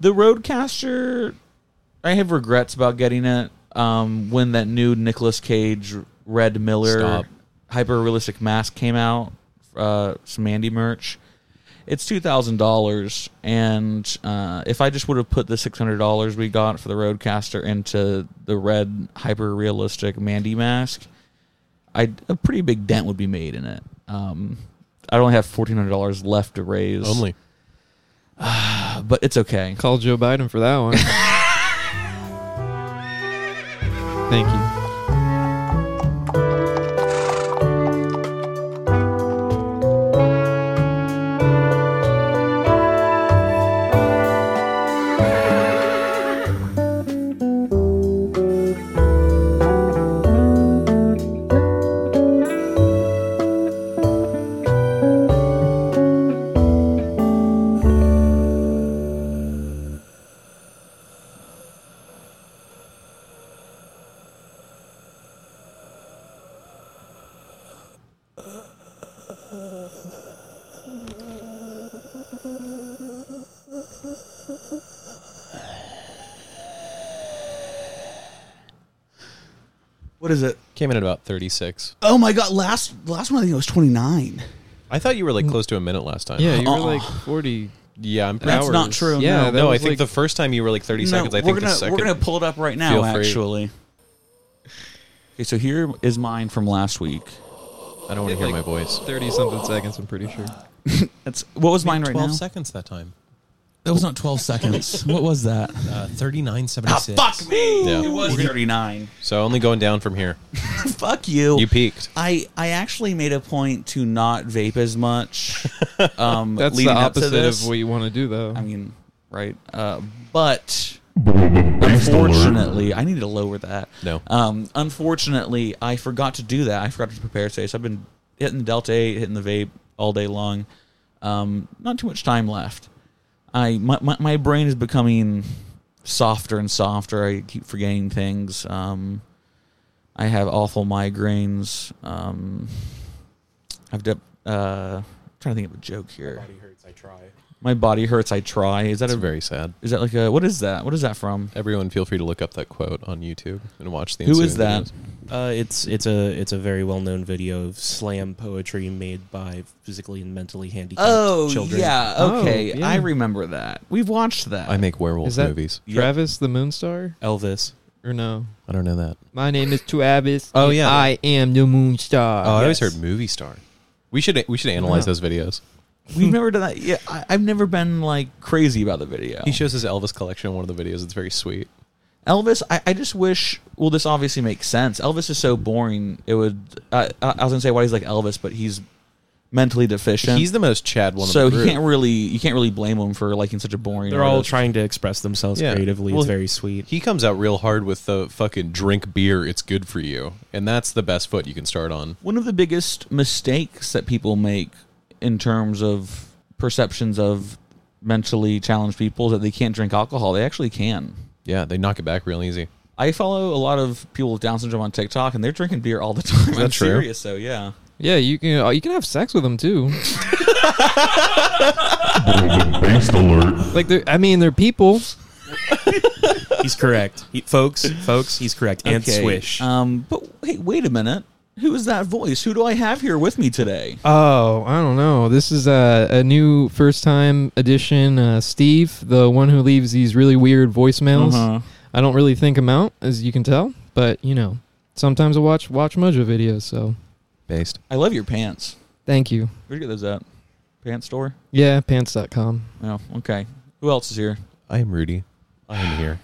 the Roadcaster, I have regrets about getting it. Um, when that new Nicolas Cage, Red Miller, Stop. hyper realistic mask came out, uh, some Andy merch, it's two thousand dollars. And uh, if I just would have put the six hundred dollars we got for the Roadcaster into the red hyper realistic Mandy mask, I a pretty big dent would be made in it. Um, I only have fourteen hundred dollars left to raise, Only but it's okay. Call Joe Biden for that one. Thank you. What is it? came in at about thirty six. Oh my god! Last last one I think it was twenty nine. I thought you were like close to a minute last time. Mm. Yeah, you were Uh-uh. like 40. yeah. I'm pretty. That's hours. not true, Yeah, no. that no, I was think like- the first time you were like thirty seconds. I we're think gonna the second. we're gonna pull it up right now. Feel free. Actually, okay. So here is mine from last week. I don't want to hear like- my voice. 30 something seconds, I'm pretty sure. That's what was mine right Twelve now. seconds that time. That was not twelve seconds. what was that? Uh, Thirty nine seventy Ah, fuck me! Yeah. It was thirty nine. So only going down from here. fuck you. You peaked. I I actually made a point to not vape as much. Um, That's the leading up to opposite this. of what you want to do, though. I mean, right? Uh, but unfortunately, I need to lower that. No. Um, unfortunately, I forgot to do that. I forgot to prepare today, so I've been hitting the Delta Eight, hitting the vape all day long. Um, not too much time left. I my my, my brain is becoming softer and softer. I keep forgetting things. Um, I have awful migraines. Um, I've de- uh, I'm trying to think of a joke here. My body hurts. I try. Is that That's a very sad. is that like a what is that? What is that from? Everyone, feel free to look up that quote on YouTube and watch the. Who ensuing is that? videos. Uh, it's it's a it's a very well known video of slam poetry made by physically and mentally handicapped Oh children. yeah, Oh, okay. yeah. I remember that. We've watched that. I make werewolf Is that movies. Yep. Travis the Moonstar? Elvis. Or no? I don't know that. My name is Travis. Oh, and yeah. I am the Moonstar. Oh, I always yes. heard movie star. We should we should analyze those videos. We've never done that. Yeah, I, I've never been like crazy about the video. He shows his Elvis collection in one of the videos. It's very sweet. Elvis, I, I just wish. Well, this obviously makes sense. Elvis is so boring. It would. I I I was gonna say why he's like Elvis, but he's mentally deficient. He's the most Chad one. so of the he group. can't really. You can't really blame him for liking such a boring. They're all artist. trying to express themselves Yeah. creatively. Well, it's very sweet. He comes out real hard with the fucking drink beer. It's good for you, and that's the best foot you can start on. One of the biggest mistakes that people make in terms of perceptions of mentally challenged people is that they can't drink alcohol. They actually can. Yeah, they knock it back real easy. I follow a lot of people with Down syndrome on TikTok, and they're drinking beer all the time. that I'm true? serious, though. Yeah, Yeah, you can uh, you can have sex with them too. Based alert. Like, they're, I mean, they're people. He's correct, He- folks. Folks, he's correct. And Okay, swish. Um, but hey, wait a minute. Who is that voice? Who do I have here with me today? Oh, I don't know. This is a, a new first time edition. Uh, Steve, the one who leaves these really weird voicemails. Uh-huh. I don't really think them out, as you can tell. But you know, sometimes I watch watch Mojo videos. So Based. I love your pants. thank you. Where'd you get those at? Pants store? Yeah, pants.com. Oh, okay. Who else is here? I am Rudy. I am here.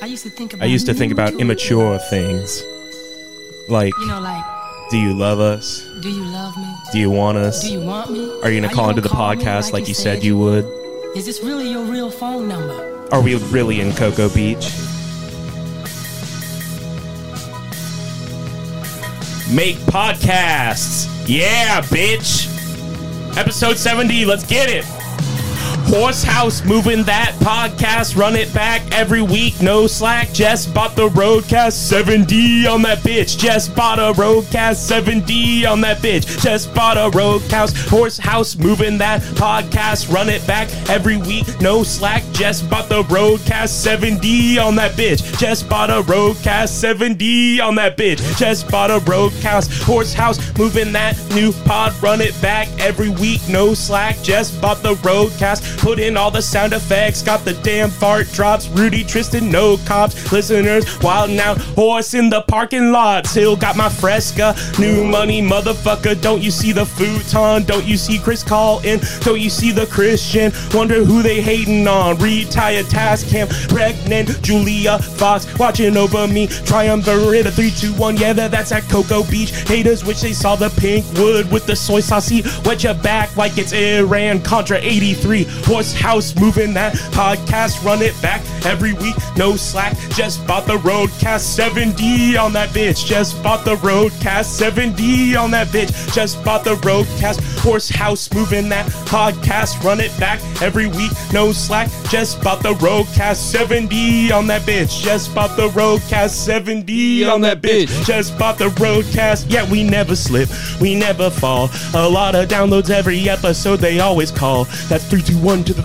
I used to think about. I used to think about immature things, like, You know, like, do you love us? do you love me? Do you want us? Do you want me? Are you gonna call into the me podcast like you said you would? would? Is this really your real phone number? Are we really in Cocoa Beach? Make podcasts. Yeah, bitch. Episode 70, let's get it. Horse House moving that podcast. Run it back every week. No slack. Just bought the Roadcast 7D on that bitch. Just bought a Roadcast 7D on that bitch. Just bought a Roadcast. Horse House moving that podcast. Run it back every week. No slack. Just bought the Roadcast 7D on that bitch. Just bought a Roadcast 7D on that bitch. Just bought a Roadcast. Horse House moving that new pod. Run it back every week. No slack. Just bought the Roadcast. Put in all the sound effects. Got the damn fart drops. Rudy Tristan, no cops. Listeners, wildin' out. Horse in the parking lot. Still got my fresca. New money, motherfucker. Don't you see the futon? Don't you see Chris Callin? Don't you see the Christian? Wonder who they hating on. Retire task cam. Pregnant Julia Fox watching over me. Triumvirate of 321. Yeah, that- that's at Cocoa Beach. Haters wish they saw the pink wood with the soy sauce. See, Wet your back like it's Iran Contra 83. Horse house moving that podcast. Run it back every week. No slack. Just bought the Roadcast 7D on that bitch. Just bought the Roadcast 7D on that bitch. Just bought the Roadcast. Horse house moving that podcast. Run it back every week. No slack. Just bought the Roadcast 7D on that bitch. Just bought the Roadcast 7D on that bitch. Just bought the Roadcast. Yeah, we never slip. We never fall. A lot of downloads every episode. They always call. That's 321 to the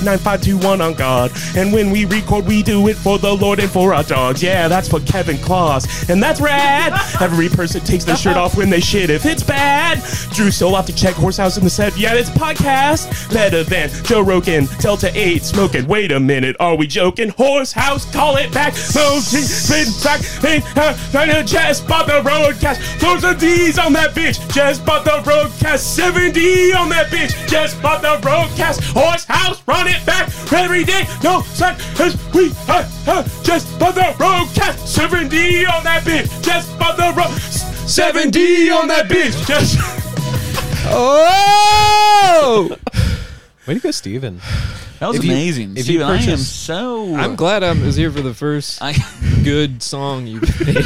3239521 on God. And when we record, we do it for the Lord and for our dogs. Yeah, that's for Kevin Claus. And that's rad. Every person takes their shirt off when they shit if it's bad. Drew so off to check Horsehouse in the set. Yeah, it's podcast. Better than Joe Rogan. Delta 8 smoking. Wait a minute. Are we joking? Horsehouse, call it back. Motion, spin, back. Hey, uh, trying to just bought the roadcast. Throw some D's on that bitch. Just bought the roadcast. 7D on that bitch. Just bought the roadcast. Horsehouse, run it back every day. No such as we uh, uh, just bought the roadcast. 7D on that bitch. Just bought the road. 7D on that bitch. Just. Oh! Way to go, Steven. That was If you- amazing. if you Steven, I am purchase- so. I'm glad I was here for the first I, good song you played.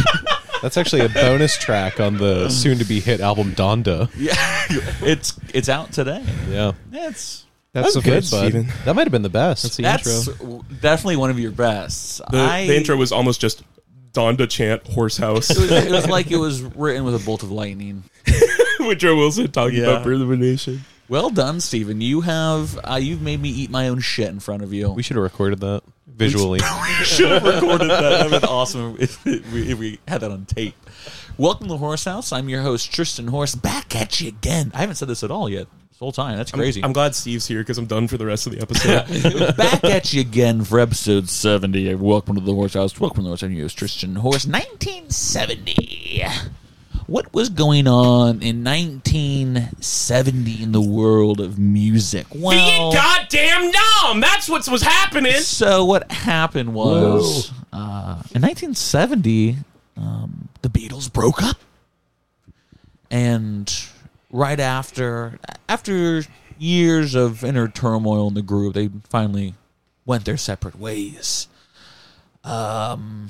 That's actually a bonus track on the soon to be hit album Donda. yeah, it's it's out today. Yeah. It's That's the good, first. bud. Steven. That might have been the best. That's the that's intro. w- definitely one of your best. The, I, the intro was almost just Donda chant horse house It was, it was like it was written with a bolt of lightning. with Joe Wilson talking Yeah. about rumination. Well done, Steven. You have uh, you've made me eat my own shit in front of you. we should have recorded that visually. should have recorded that. That would awesome if, we, if we had that on tape. Welcome to Horse House. I'm your host Tristan Horse. Back at you again. I haven't said this at all yet. This whole time. That's crazy. I'm, I'm glad Steve's here because I'm done for the rest of the episode. Back at you again for episode 70. Welcome to the Horse House. Welcome to the Horse House. I'm your host, Tristan Horse. 1970. What was going on in 1970 in the world of music? Well, Being goddamn numb. That's what was happening. so what happened was uh, in 1970, um, the Beatles broke up, and right after, after years of inner turmoil in the group, they finally went their separate ways. um,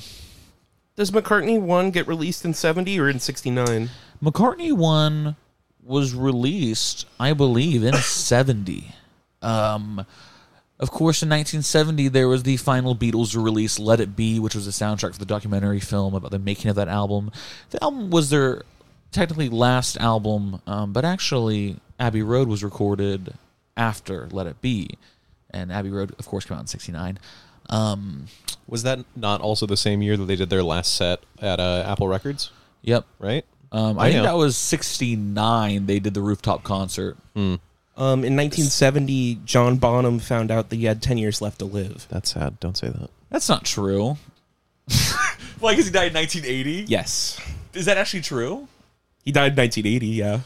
Does McCartney one get released in '70 or in '69? McCartney one was released, I believe, in seventy. Um, of course, in 1970, there was the final Beatles release, "Let It Be," which was the soundtrack for the documentary film about the making of that album. The album was their technically last album, um, but actually, Abbey Road was recorded after "Let It Be," and Abbey Road, of course, came out in '69. Um, Was that not also the same year that they did their last set at uh, Apple Records? yep. Right? Um, I, think know. that was '69. They did the rooftop concert. Um, in 1970, John Bonham found out that he had 10 years left to live. That's sad. Don't say that. That's not true. Why? Because he died in 1980. Yes, Is that actually true? he died in 1980. Yeah,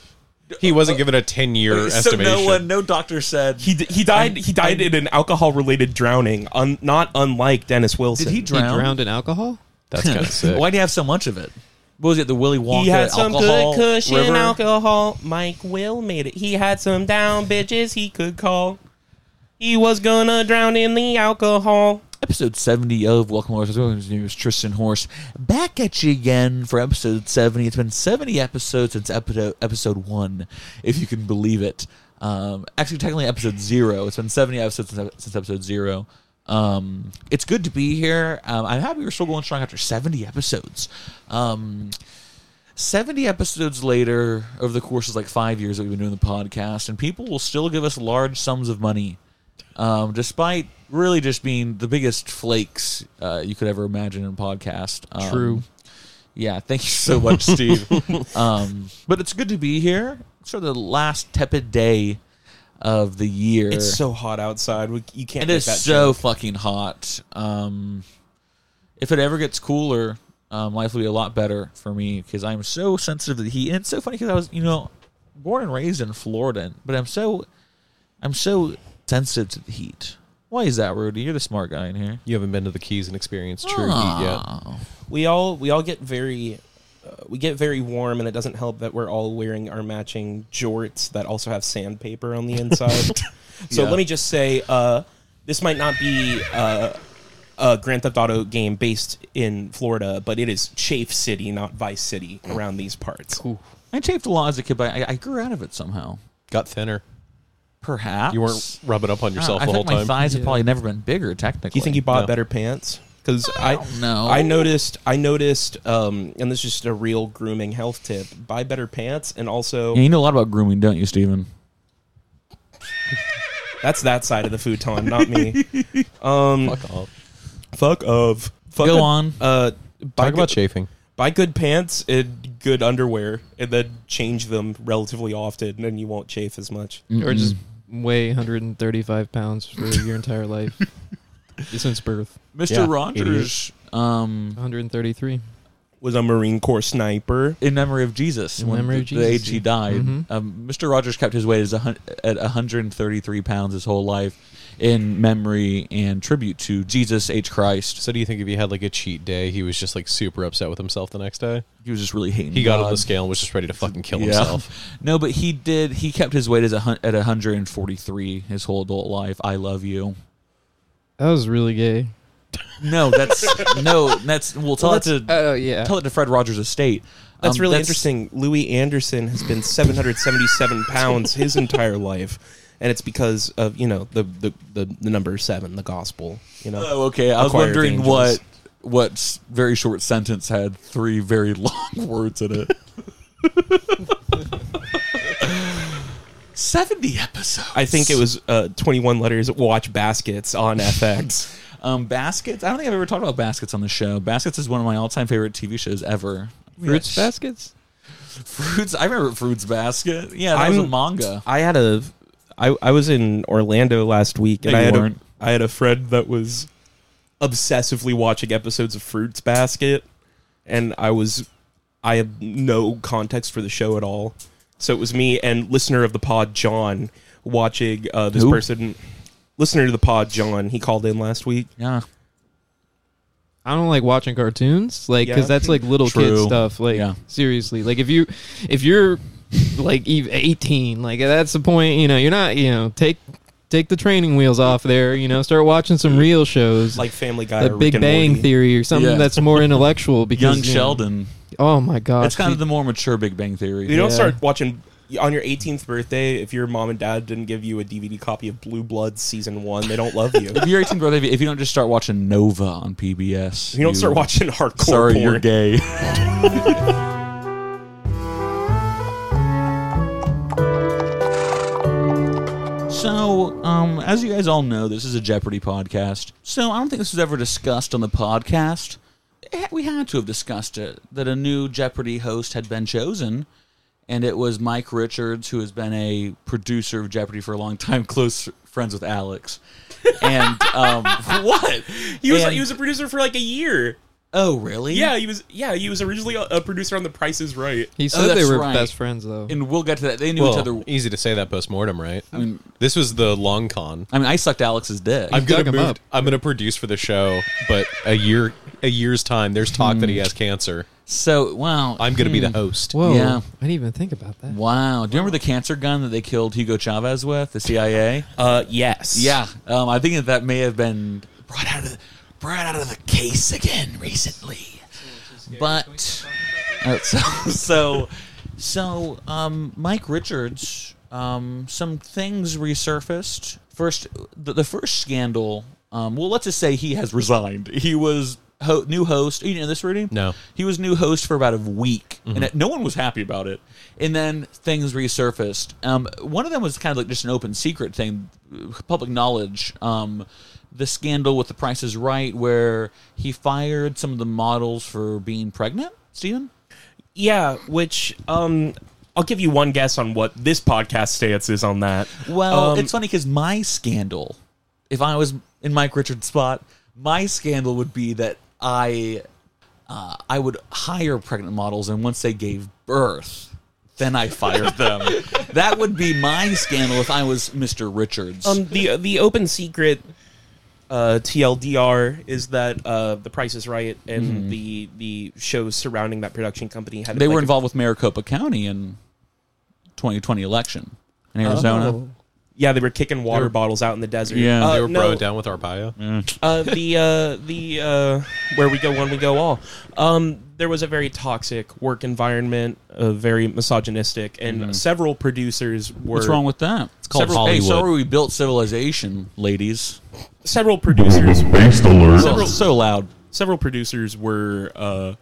He wasn't given a 10 year so estimation. no one, no doctor said. he d- he died. He died in an alcohol-related drowning, un- not unlike Dennis Wilson. did he He drown? drowned in alcohol? That's kind of sick. Why do you have so much of it? What was it? The Willy Wonka He had some alcohol good cushion river? alcohol. Mike Will made it. He had some down bitches he could call. He was gonna drown in the alcohol. Episode 70 of Welcome Horse. Welcome to News. Tristan Horse back at you again for episode 70. It's been 70 episodes since episode episode one, if you can believe it. Um, actually, technically, episode zero. It's been 70 episodes since, since episode zero. Um, it's good to be here. Um, I'm happy we're still going strong after 70 episodes. Um, 70 episodes later, over the course of like five years that we've been doing the podcast, and people will still give us large sums of money, um, despite really just being the biggest flakes uh, you could ever imagine in a podcast. Um, True. yeah, thank you so much, Steve. um, but it's good to be here. It's sort of the last tepid day of the year. It's so hot outside. We, you can't. it make is that so joke. fucking hot. Um, if it ever gets cooler, um, life will be a lot better for me because I'm so sensitive to the heat. And it's so funny because I was, you know, born and raised in Florida, but I'm so, I'm so sensitive to the heat. Why is that, Rudy? You're the smart guy in here. Ah. You haven't been to the Keys and experienced true heat yet. We all we all get very. Uh, we get very warm, and it doesn't help that we're all wearing our matching jorts that also have sandpaper on the inside. so Yeah. let me just say, uh, this might not be uh, a Grand Theft Auto game based in Florida, but it is Chafe City, not Vice City, around these parts. I taped a lot as a kid, but I, I grew out of it somehow. Got thinner. Perhaps Ah, You weren't rubbing up on yourself I the whole think my time. thighs have Yeah. probably never been bigger. Technically, Do you think you bought No. better pants? Because I, don't know. I noticed I noticed, um, and this is just a real grooming health tip: buy better pants, and also Yeah, you know a lot about grooming, don't you, Steven? that's that side of the futon, not me. Um, Fuck off. Fuck of. Fuck Go of- on. Uh, buy Talk about good, chafing. buy good pants and good underwear, and then change them relatively often, and you won't chafe as much. Mm. Or just weigh 135 pounds for your entire life. Since birth. Mr. Yeah, Rogers, um, 133. Was a Marine Corps sniper. in memory of Jesus, In when memory the, of the Jesus, age he yeah. died, Mhm. um, Mr. Rogers kept his weight as a, hun- at 133 pounds his whole life in memory and tribute to Jesus H. Christ. So do you think if he had like a cheat day, he was just like super upset with himself the next day? He was just really hating. He got on the God. scale and was just ready to fucking kill Yeah. himself. No, but he did. He kept his weight as a, hun- at 143 his whole adult life. I love you. That was really gay. No, that's no, that's we'll tell it to Oh, yeah. tell it to Fred Rogers' estate. That's Um, really interesting. Louis Anderson has been 777 pounds his entire life, and it's because of you know the the the, the number seven, the gospel. You know, Oh, okay. I was Acquired wondering angels. what what s- very short sentence had three very long words in it. Seventy episodes. I think it was uh, 21 letters. Watch baskets on FX. um, baskets. I don't think I've ever talked about baskets on the show. Baskets is one of my all-time favorite TV shows ever. Fruits baskets? Fruits. I remember Fruits Basket. Yeah, that was a I'm- manga. I had a, I, I was in Orlando last week, and No, I you had weren't. a, I had a friend that was obsessively watching episodes of Fruits Basket, and I was, I have no context for the show at all, so it was me and listener of the pod John watching uh, this Who? person, listener to the pod John. He called in last week. Yeah. I don't like watching cartoons, like Yeah. because that's like little kid True. stuff. Like Yeah. seriously, like if you if you're like eve- eighteen, like that's the point. You know, you're not. You know, take take the training wheels off there. You know, start watching some real shows Like Family Guy, or like Big Rick and Bang Morty. Theory or something Yeah. that's more intellectual. Because Young you know- Sheldon. oh my gosh, That's kind of the the more mature Big Bang Theory. You don't Yeah. start watching on your 18th birthday if your mom and dad didn't give you a DVD copy of Blue Blood season one. They don't love you. If you're 18, brother, if you don't just start watching Nova on PBS, If you don't start watching hardcore Sorry, porn. you're gay. So, um, as you guys all know, this is a Jeopardy podcast. So, I don't think this was ever discussed on the podcast. Eh, We had to have discussed it that a new Jeopardy host had been chosen, and it was Mike Richards, who has been a producer of Jeopardy for a long time, close friends with Alex. And um, what He was And- he was a producer for like a year. oh really Yeah, he was yeah he was originally a, a producer on The Price Is Right. he Oh, said they that's were right. best friends though. and we'll get to that. They knew each other. Well, easy to say that post mortem, right? this was the long con. I mean, I sucked Alex's dick. I'm gonna dug him move- up. I'm gonna produce for the show, but a year a year's time. There's talk Hmm. that he has cancer. so hmm. wow. I'm gonna be the host. Whoa, Yeah. I didn't even think about that. wow. Do you remember the cancer gun that they killed Hugo Chavez with? The CIA. Uh yes. yeah. Um, I think that that may have been brought out of the, brought out of the case again recently. But uh, so so so um, Mike Richards. Um, some things resurfaced. First, the, the first scandal. Um, well, let's just say he has resigned. He was ho- new host. You know this, Rudy? No. He was new host for about a week, and it- no one was happy about it. And then things resurfaced. Um, one of them was kind of like just an open secret thing, public knowledge. Um, the scandal with The Price is Right, where he fired some of the models for being pregnant. Steven? Yeah, which um, I'll give you one guess on what this podcast stance is on that. Well, Um, it's funny because my scandal, if I was in Mike Richards' spot, my scandal would be that I, uh, I would hire pregnant models, and once they gave birth, then I fired them. that would be my scandal if I was Mr. Richards. Um, the the open secret uh, TLDR is that uh, the Price is Right and the the shows surrounding that production company had Mm-hmm. they like, were a- involved with Maricopa County in 2020 election in Arizona. Oh. Yeah, they were kicking water bottles out in the desert. Yeah. Uh, they were no, bro down with Arpaio. uh, the uh, the uh, where we go one we go all. Um, there was a very toxic work environment, uh, very misogynistic, and several producers were Mm-hmm. What's wrong with that? It's called Hey, sorry, Hollywood. we built civilization, ladies. several producers Based alert. So, so loud. several producers were uh,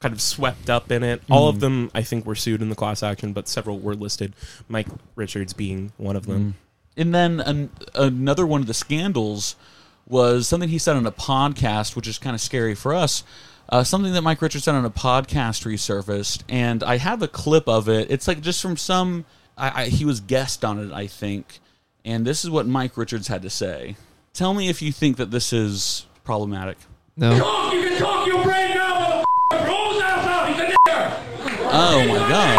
kind of swept up in it. All of them, I think, were sued in the class action, but several were listed. Mike Richards being one of them. Mm-hmm. And then an, another one of the scandals was something he said on a podcast, which is kind of scary for us. Uh, something that Mike Richards said on a podcast resurfaced, and I have a clip of it. It's like just from some. I, I, he was guest on it, I think, and this is what Mike Richards had to say. Tell me if you think that this is problematic. No. You can talk your brain now, motherfucker. Rolls ass out. He's a nigger. Oh my god!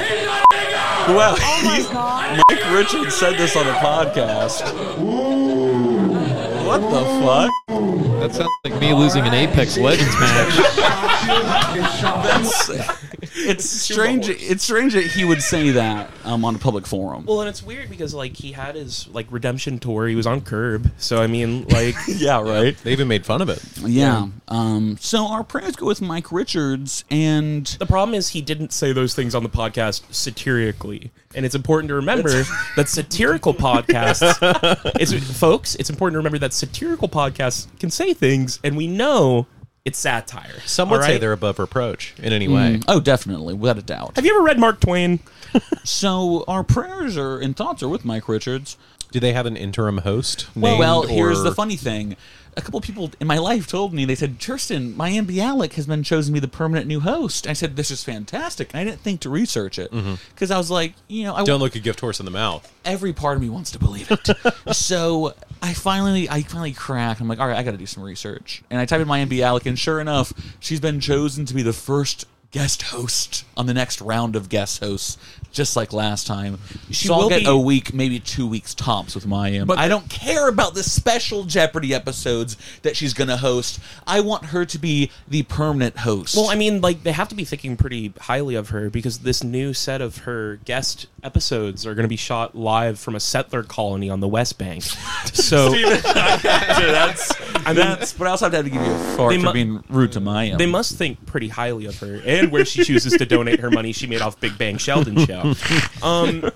He's a nigger. Well, Mike Richards said this on a podcast. What the fuck? That sounds like me losing an Apex Legends match. it's strange. It's strange that he would say that um, on a public forum. Well, and it's weird because like he had his like redemption tour. He was on Curb, so I mean, like, yeah, right. They even made fun of it. Yeah. Um, so our prayers go with Mike Richards, and the problem is he didn't say those things on the podcast satirically, and it's important to remember that satirical podcasts. It's folks. It's important to remember that satirical podcasts can say things, and we know it's satire. Some would all say right? they're above reproach in any way. oh, definitely, without a doubt. Have you ever read Mark Twain? So our prayers are and thoughts are with Mike Richards. Do they have an interim host? Well, named, well, here's or- the funny thing. A couple people in my life told me, they said, Tristan, my Aunt Bialik has been chosen to be the permanent new host. I said, this is fantastic. And I didn't think to research it because I was like, you know, I Don't look a gift horse in the mouth. every part of me wants to believe it. so I finally, I finally cracked. I'm like, all right, I got to do some research. And I type in my MB Alec, and sure enough, she's been chosen to be the first guest host on the next round of guest hosts, just like last time. She so I'll will get be- a week, maybe two weeks tops with my M. But I don't care about the special Jeopardy episodes that she's going to host. I want her to be the permanent host. Well, I mean, like they have to be thinking pretty highly of her because this new set of her guest episodes are going to be shot live from a settler colony on the West Bank. So that's, mean- that's, but I also have to, have to give you a fart They for mu- being rude to my M. they must think pretty highly of her and where she chooses to donate her money she made off Big Bang Sheldon show. Um,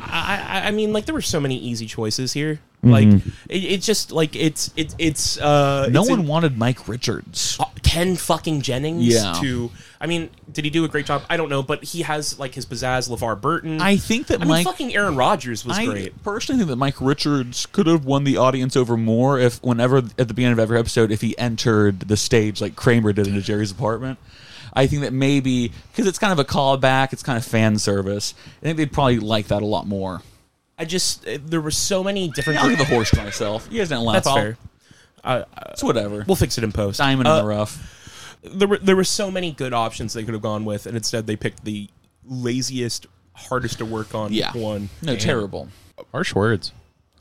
I, I- I mean, like there were so many easy choices here. Like it, it's just like it's it, it's uh, No it's one in- Oh, wanted Mike Richards. Ken fucking Jennings Yeah. to I mean, did he do a great job? I don't know, but he has like his pizzazz LeVar Burton. I think that I mean Mike. fucking Aaron Rodgers was I great. personally think that Mike Richards could have won the audience over more if, whenever at the beginning of every episode, if he entered the stage like Kramer did into Jerry's apartment. I think that maybe because it's kind of a callback, it's kind of fan service. I think they'd probably like that a lot more. I just uh, there were so many different I'll give the horse to myself. You guys didn't laugh. That's I'll- fair. It's whatever. We'll fix it in post. Diamond Uh, in the rough. There were there were so many good options they could have gone with and instead they picked the laziest hardest to work on Yeah. one. No, terrible. Harsh words.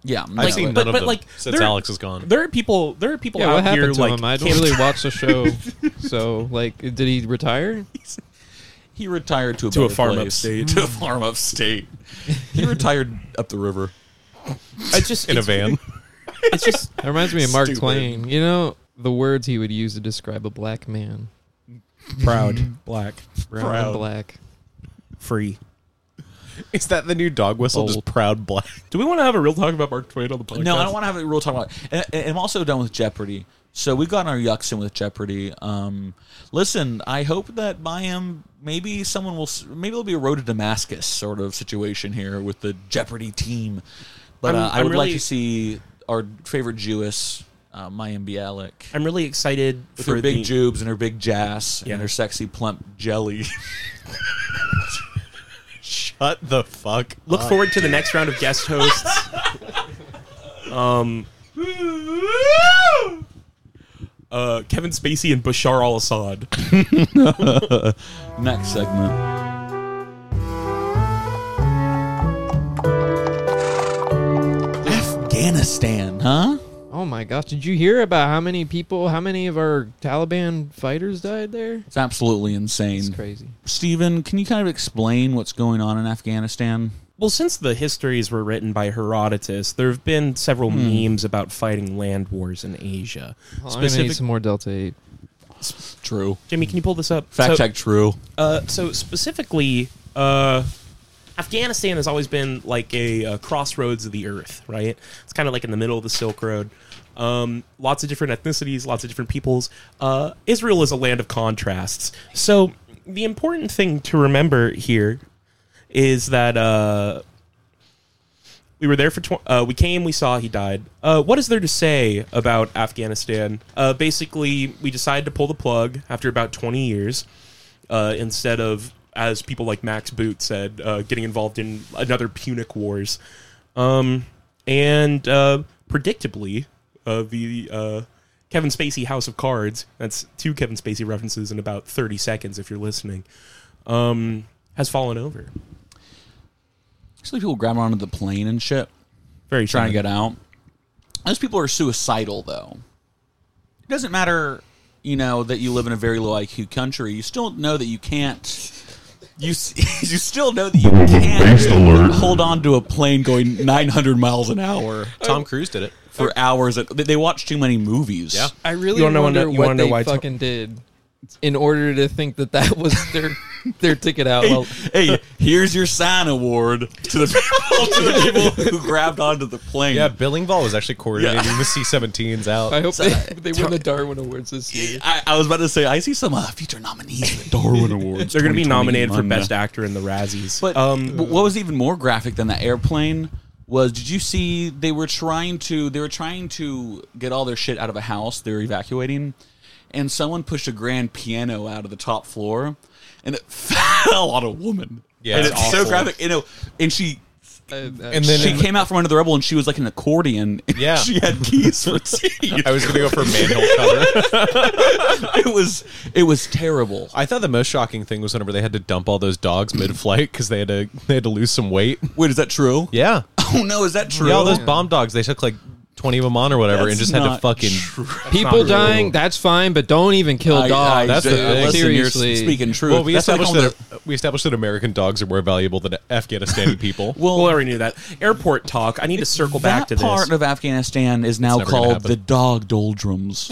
Yeah. I've no. seen none but- but, of them like, since there- Alex is gone. There are people there are people Yeah, out what happened here to like him? I don't can't- really watch the show. So, like, did he retire? He retired to a, To a better farm place. upstate. To a farm upstate. he retired up the river. it's just in a it's- van. It's just That reminds me of Mark Stupid. Twain. You know the words he would use to describe a black man. proud, black, Brown and black. free. Is that the new dog whistle? Just Bold. proud black. Do we want to have a real talk about Mark Twain on the podcast? No, I don't want to have a real talk about. And, and I'm also done with Jeopardy. So we've gotten our yucks in with Jeopardy. Um, listen, I hope that by him, maybe someone will, s- maybe there'll be a road to Damascus sort of situation here with the Jeopardy team. But I'm- uh, I I'm would like really- to see our favorite Jewess, uh, Mayim Bialik, I'm really excited with for her big the, jubes and her big jazz Yeah. and her sexy plump jelly. Shut the fuck. Uh, Look forward to the next round of guest hosts. um, uh, Kevin Spacey and Bashar al-Assad. Next segment. Afghanistan, huh? Oh my gosh! Did you hear about how many people, how many of our Taliban fighters died there? It's absolutely insane. It's crazy. Steven, can you kind of explain what's going on in Afghanistan? Well, since the histories were written by Herodotus, there have been several memes about fighting land wars in Asia. I'm gonna need Specific- some more Delta Eight. True. Jimmy, can you pull this up? Fact So- check true. Uh, so specifically, uh, Afghanistan has always been like a, uh crossroads of the earth, right? It's kind of like in the middle of the Silk Road. Um, lots of different ethnicities, lots of different peoples. Uh, Israel is a land of contrasts. So the important thing to remember here is that uh, we were there for tw- uh, we came we saw he died uh, what is there to say about afghanistan uh, basically we decided to pull the plug after about 20 years uh, instead of as people like max boot said uh, getting involved in another punic wars um, and uh, predictably uh, the uh, kevin spacey house of cards that's two kevin spacey references in about 30 seconds if you're listening um, has fallen over Usually people grab onto the plane and shit, very trying to get out. Those people are suicidal, though. It doesn't matter, you know, that you live in a very low IQ country. You still know that you can't. You s- you still know that you Based can't alert. hold on to a plane going 900 miles an hour Tom Cruise did it. for hours. At, they they watch too many movies. Yeah. I really You wanna know wonder why- you what wanna know they why Tom- fucking did in order to think that that was their their ticket out. Well, hey, here's your sign award to the people, to the people who grabbed onto the plane. Yeah, Billingvall was actually coordinating the C-17s out. I hope they, they win the Darwin Awards this year. I, I was about to say I see some uh, future nominees for the Darwin Awards. They're going to be nominated for 2021. Best Actor in the Razzies. But um, what was even more graphic than that airplane was? Did you see they were trying to they were trying to get all their shit out of a house they were evacuating, and someone pushed a grand piano out of the top floor, and it fell on a woman. Yeah, and it's it's so awful. graphic. You know, and she and then uh, she came out from under the rubble and she was like an accordion. and Yeah. she had keys for teeth. I was going to go for manhole cover. it was it was terrible. I thought the most shocking thing was whenever they had to dump all those dogs mid-flight because they had to they had to lose some weight. Wait, is that true? Yeah, Oh no, is that true? yeah. All those bomb dogs they took like twenty of them on or whatever, and That's just had to not fucking. People dying, that's fine, but don't even kill I- I- dogs. that's the uh, thing. listen, you're Seriously. speaking truth. Well, we That's why they established call that uh, them we established that American dogs are more valuable than Afghanistani people. the- well, well, I already knew that. Airport talk. I need to circle back to that part this. of Afghanistan is now never gonna called happen. the dog doldrums.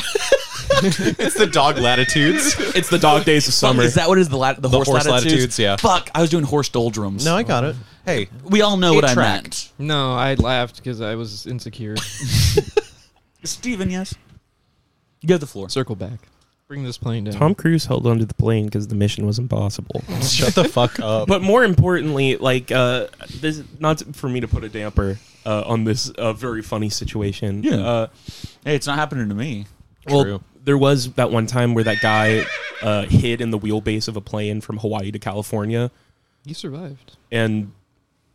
it's the dog latitudes. it's the dog days of summer. is that what is the lat- the, horse, horse latitudes? latitudes, yeah. Fuck, I was doing horse doldrums. No, I got it. Hey, we all know what I track. meant. No, I laughed because I was insecure. Steven, yes. You have the floor. Circle back. Bring this plane down. Tom Cruise held onto the plane because the mission was impossible. shut the fuck up. but more importantly, like uh, this, not for me to put a damper uh, on this uh, very funny situation. Yeah. Uh, Hey, it's not happening to me. well, True. there was that one time where that guy uh, hid in the wheelbase of a plane from Hawaii to California. You survived. and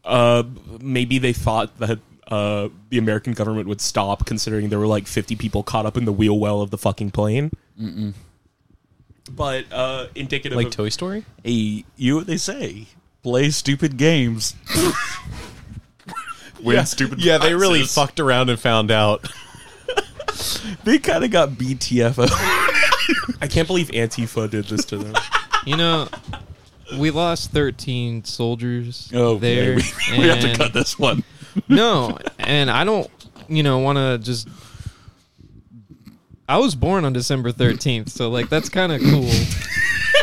uh, maybe they thought that uh, the American government would stop, considering there were like 50 people caught up in the wheel well of the fucking plane. Mm-mm. But uh, indicative Like of Toy Story. Hey, you know what they say? Play stupid games. Win stupid. Yeah, they really prizes. fucked around and found out. They kind of got BTFO. I can't believe Antifa did this to them. You know, we lost 13 soldiers Oh, there. we, we have to and- cut this one. No, and I don't, you know, want to just. I was born on December 13th, so, like, that's kind of cool.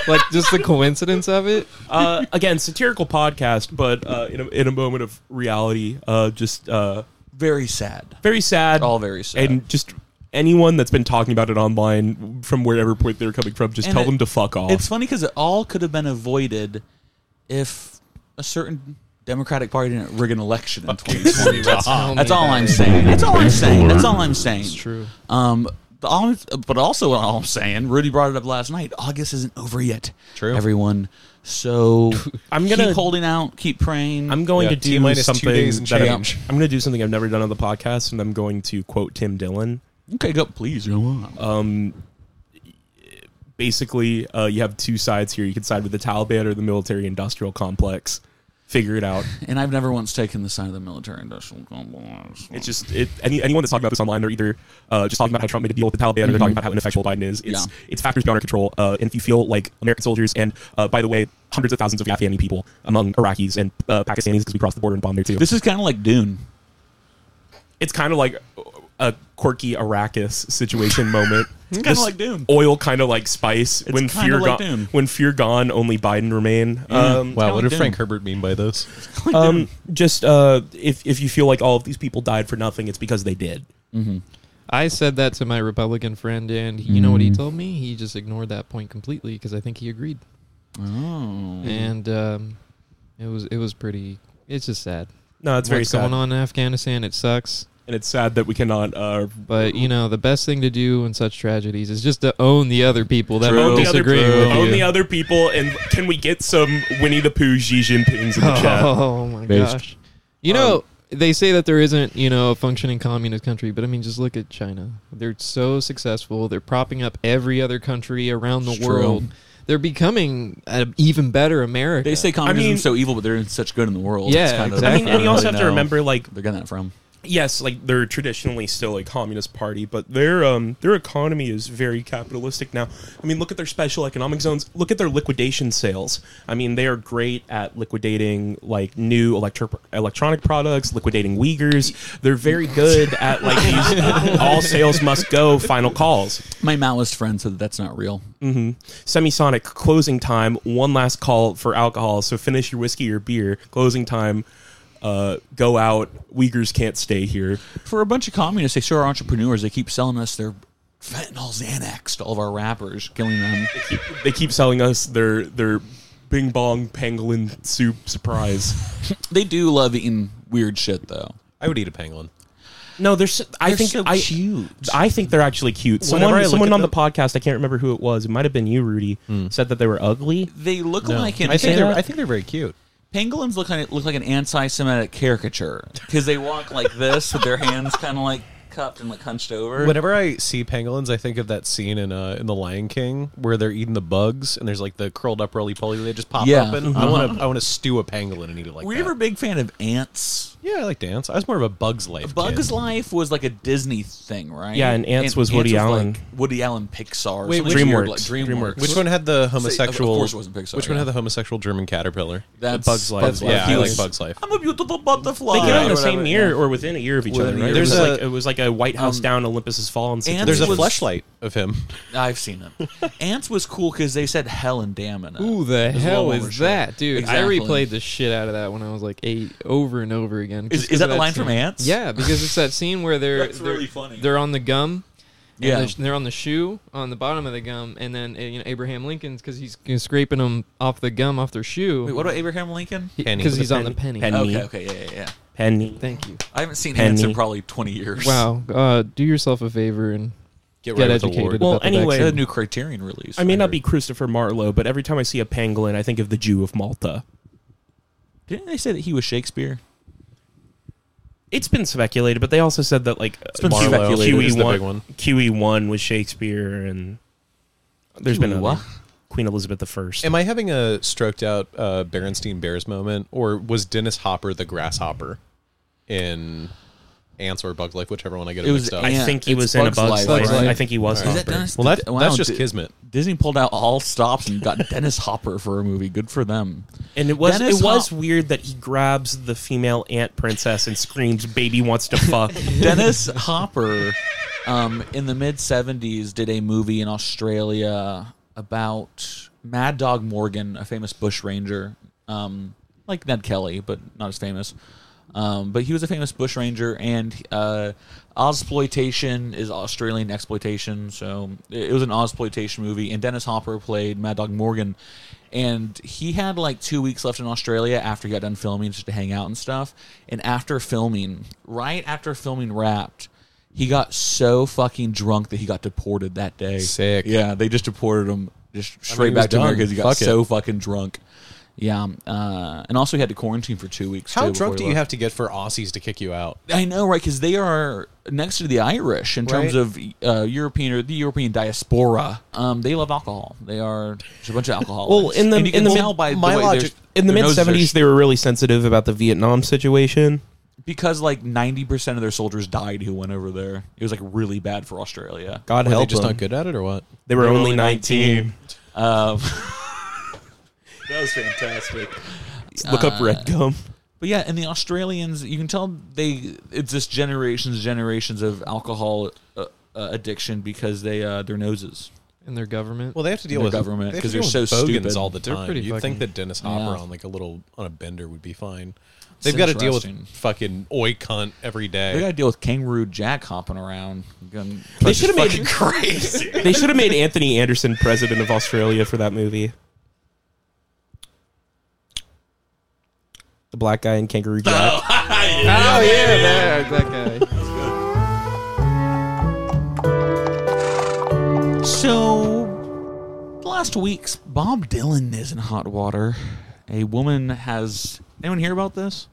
like just the coincidence of it. uh, again, satirical podcast, but uh, in, a, in a moment of reality, uh, just uh, Very sad. very sad. All very sad. And just anyone that's been talking about it online from wherever point they're coming from, just And tell it- them to fuck off. It's funny because it all could have been avoided if a certain Democratic Party didn't rig an election in 2020. That's, Tell that's me all about I'm it. saying. That's all I'm Based saying. That's alert. all I'm saying. True. Um, the all, but also all I'm saying, Rudy brought it up last night. August isn't over yet. True. Everyone. So I'm gonna- keep holding out, keep praying. I'm going Yeah, to T do minus two something. days and that I- change. I'm going to do something I've never done on the podcast, and I'm going to quote Tim Dillon. Um, okay. Go please. Go on. Basically, uh, you have two sides here. You can side with the Taliban or the military-industrial complex. Figure it out. and I've never once taken the side of the military industrial complex. It's just it, any, anyone that's talking about this online, they're either uh, just talking about how Trump made a deal with the Taliban, or they're talking about how ineffectual Biden is. It's Yeah. it's factors beyond our control. Uh, and if you feel like American soldiers, and uh, by the way, hundreds of thousands of Afghani people among Iraqis and uh, Pakistanis, because we crossed the border and bombed there too. This is kind of like Dune. it's kind of like a quirky Arrakis situation moment. It's kinda like Dune. Oil kind of like spice. when kinda fear like gone, Dune. when fear gone, only Biden remain. Um, Wow, kinda what did like Frank Dune. Herbert mean by those? um, just uh, if if you feel like all of these people died for nothing, it's because they did. Mm-hmm. I said that to my Republican friend, and you know what Mm. he told me? He just ignored that point completely because I think he agreed, Oh. and um, it was it was pretty. It's just sad. No, it's very What's sad. going on in Afghanistan? It sucks. and it's sad that we cannot. Uh, But you know, the best thing to do in such tragedies is just to own the other people that own are the, other disagreeing people, with own you. the other people, and can we get some Winnie the Pooh, Xi Jinping's in the chat? Oh my Based. gosh! You know, they say that there isn't you know a functioning communist country, but I mean, just look at China. They're so successful. They're propping up every other country around the It's true. world. They're becoming an even better America. They say communism mean- is so evil, but they're in such good in the world. Yeah, It's kind exactly. I mean, and you also don't have to really know remember, like, where They're getting that from. yes, like they're traditionally still a communist party, but their um their economy is very capitalistic now. I mean, look at their special economic zones. Look at their liquidation sales. I mean, they are great at liquidating like new electro- electronic products, liquidating Uyghurs. They're very good at like these all sales must go final calls. Mm-hmm. My Maoist friend said that that's not real. Semisonic closing time. One last call for alcohol. So finish your whiskey or beer. Closing time. Uh, go out. Uyghurs can't stay here. For a bunch of communists, they sure are entrepreneurs. They keep selling us their fentanyl Xanax to all of our rappers, killing them. they keep selling us their their bing bong pangolin soup surprise. They do love eating weird shit, though. I would eat a pangolin. no, they're so, I They're think so I, cute. I think they're actually cute. Whenever I Someone look someone at on the them- podcast, I can't remember who it was. It might have been you, Rudy, said that they were ugly. They look like an I think they're an- I think they're very cute. pangolins look like look like an anti-Semitic caricature because they walk like this with their hands kind of like cupped and like hunched over. Whenever I see pangolins, I think of that scene in uh, in The Lion King where they're eating the bugs and there's like the curled up roly poly they just pop Yeah. Mm-hmm. up and I want to I want to stew a pangolin and eat it like Were you that. ever a big fan of ants? yeah, I like dance. I was more of a Bugs Life. Bugs kid. Life was like a Disney thing, right? Yeah, and Ants was Woody Allen. like Woody Allen Pixar. Wait, something which- weird like DreamWorks. DreamWorks. Which one had the homosexual? of course it wasn't Pixar, Which one yeah. had the homosexual German caterpillar? That's Bugs Life. Bugs Yeah, I He like was- Bugs Life. I'm a beautiful butterfly. They came out in or the same whatever, year yeah. or within a year of each Within other, a right? year. There's There's like a- it was like a White House down, Olympus has fallen. Ants There's a was- flashlight of him. I've seen them. Ants was cool because they said hell and damn in it. Ooh, the There's a hell little is ownership. that, dude? Exactly. I replayed the shit out of that when I was like eight, over and over again. Is- just is 'cause that of the line scene. from Ants? Yeah, because it's that scene where they're That's they're, really funny. They're on the gum. and Yeah. they're- they're on the shoe on the bottom of the gum, and then uh, you know Abraham Lincoln's because he's you know, scraping them off the gum off their shoe. Wait, what about Abraham Lincoln? Penny. Because he's on the penny. Penny. Okay, okay, yeah, yeah, yeah. Penny. Thank you. I haven't seen Penny. Ants in probably 20 years. Wow. Uh, do yourself a favor and Get, get right with the educated. Lord. Well, about the anyway, They had vaccine. a new Criterion release. I may not be Christopher Marlowe, but every time I see a pangolin, I think of the Jew of Malta. Didn't they say that he was Shakespeare? It's been speculated, but they also said that like E it's been speculated is the big QE1, one. QE1 E was Shakespeare, and there's been QE1? another Queen Elizabeth I. Am I having a stroked out uh, Berenstein Bears moment, or was Dennis Hopper the grasshopper in Ants or Bugs Life, whichever one I get it It was mixed up? Ants. I Yeah, think he it's was in a Bugs Bugs Life, Life. right? I think he was. Is that Hopper. Dennis- Well, that, Wow, that's just di- kismet. Disney pulled out all stops and got Dennis Hopper for a movie. Good for them. And it was Dennis it was Hop- weird that he grabs the female ant princess and screams, "Baby wants to fuck." Dennis Hopper, um, in the mid '70s, did a movie in Australia about Mad Dog Morgan, a famous bush ranger, um, like Ned Kelly, but not as famous. Um, but he was a famous bush ranger, and uh, Ozploitation is Australian exploitation, so it it was an Ozploitation movie. And Dennis Hopper played Mad Dog Morgan, and he had like two weeks left in Australia after he got done filming just to hang out and stuff. And after filming, right after filming Wrapped, he got so fucking drunk that he got deported that day. Sick. Yeah, they just deported him just straight he was back to done. America because he got Fuck it. so fucking drunk. Yeah, uh, and also he had to quarantine for two weeks. How too, drunk before do he you left. have to get for Aussies to kick you out? I know, right? Because they are next to the Irish in terms Right. of uh, European or the European diaspora. Um, they love alcohol. They are just a bunch of alcoholics. Well, in the And you can in the tell mid, by my the way logic, their- in the their mid noses are seventies, sh- they were really sensitive about the Vietnam situation. because like ninety percent of their soldiers died who went over there. It was like really bad for Australia. God Are they help just them. not good at it or what? They were only nineteen. Um, That was fantastic. Look up red gum. But yeah, and the Australians, you can tell they it's just generations, generations of alcohol uh, uh, addiction because they uh, their noses. in their government. Well, they have to deal Their with government, they have 'cause to deal they're with so bogans stupid. all the They're time. pretty You'd think fucking- that Dennis Hopper Yeah. on like a little on a bender would be fine. They've got to deal with interesting. fucking oi cunt every day. They got to deal with kangaroo jack hopping around. Gun- They should have fucking made They should have made Anthony Anderson president of Australia for that movie. The black guy in Kangaroo Jack. oh yeah, that, that guy. So, last week's Bob Dylan is in hot water. A woman has. Anyone hear about this?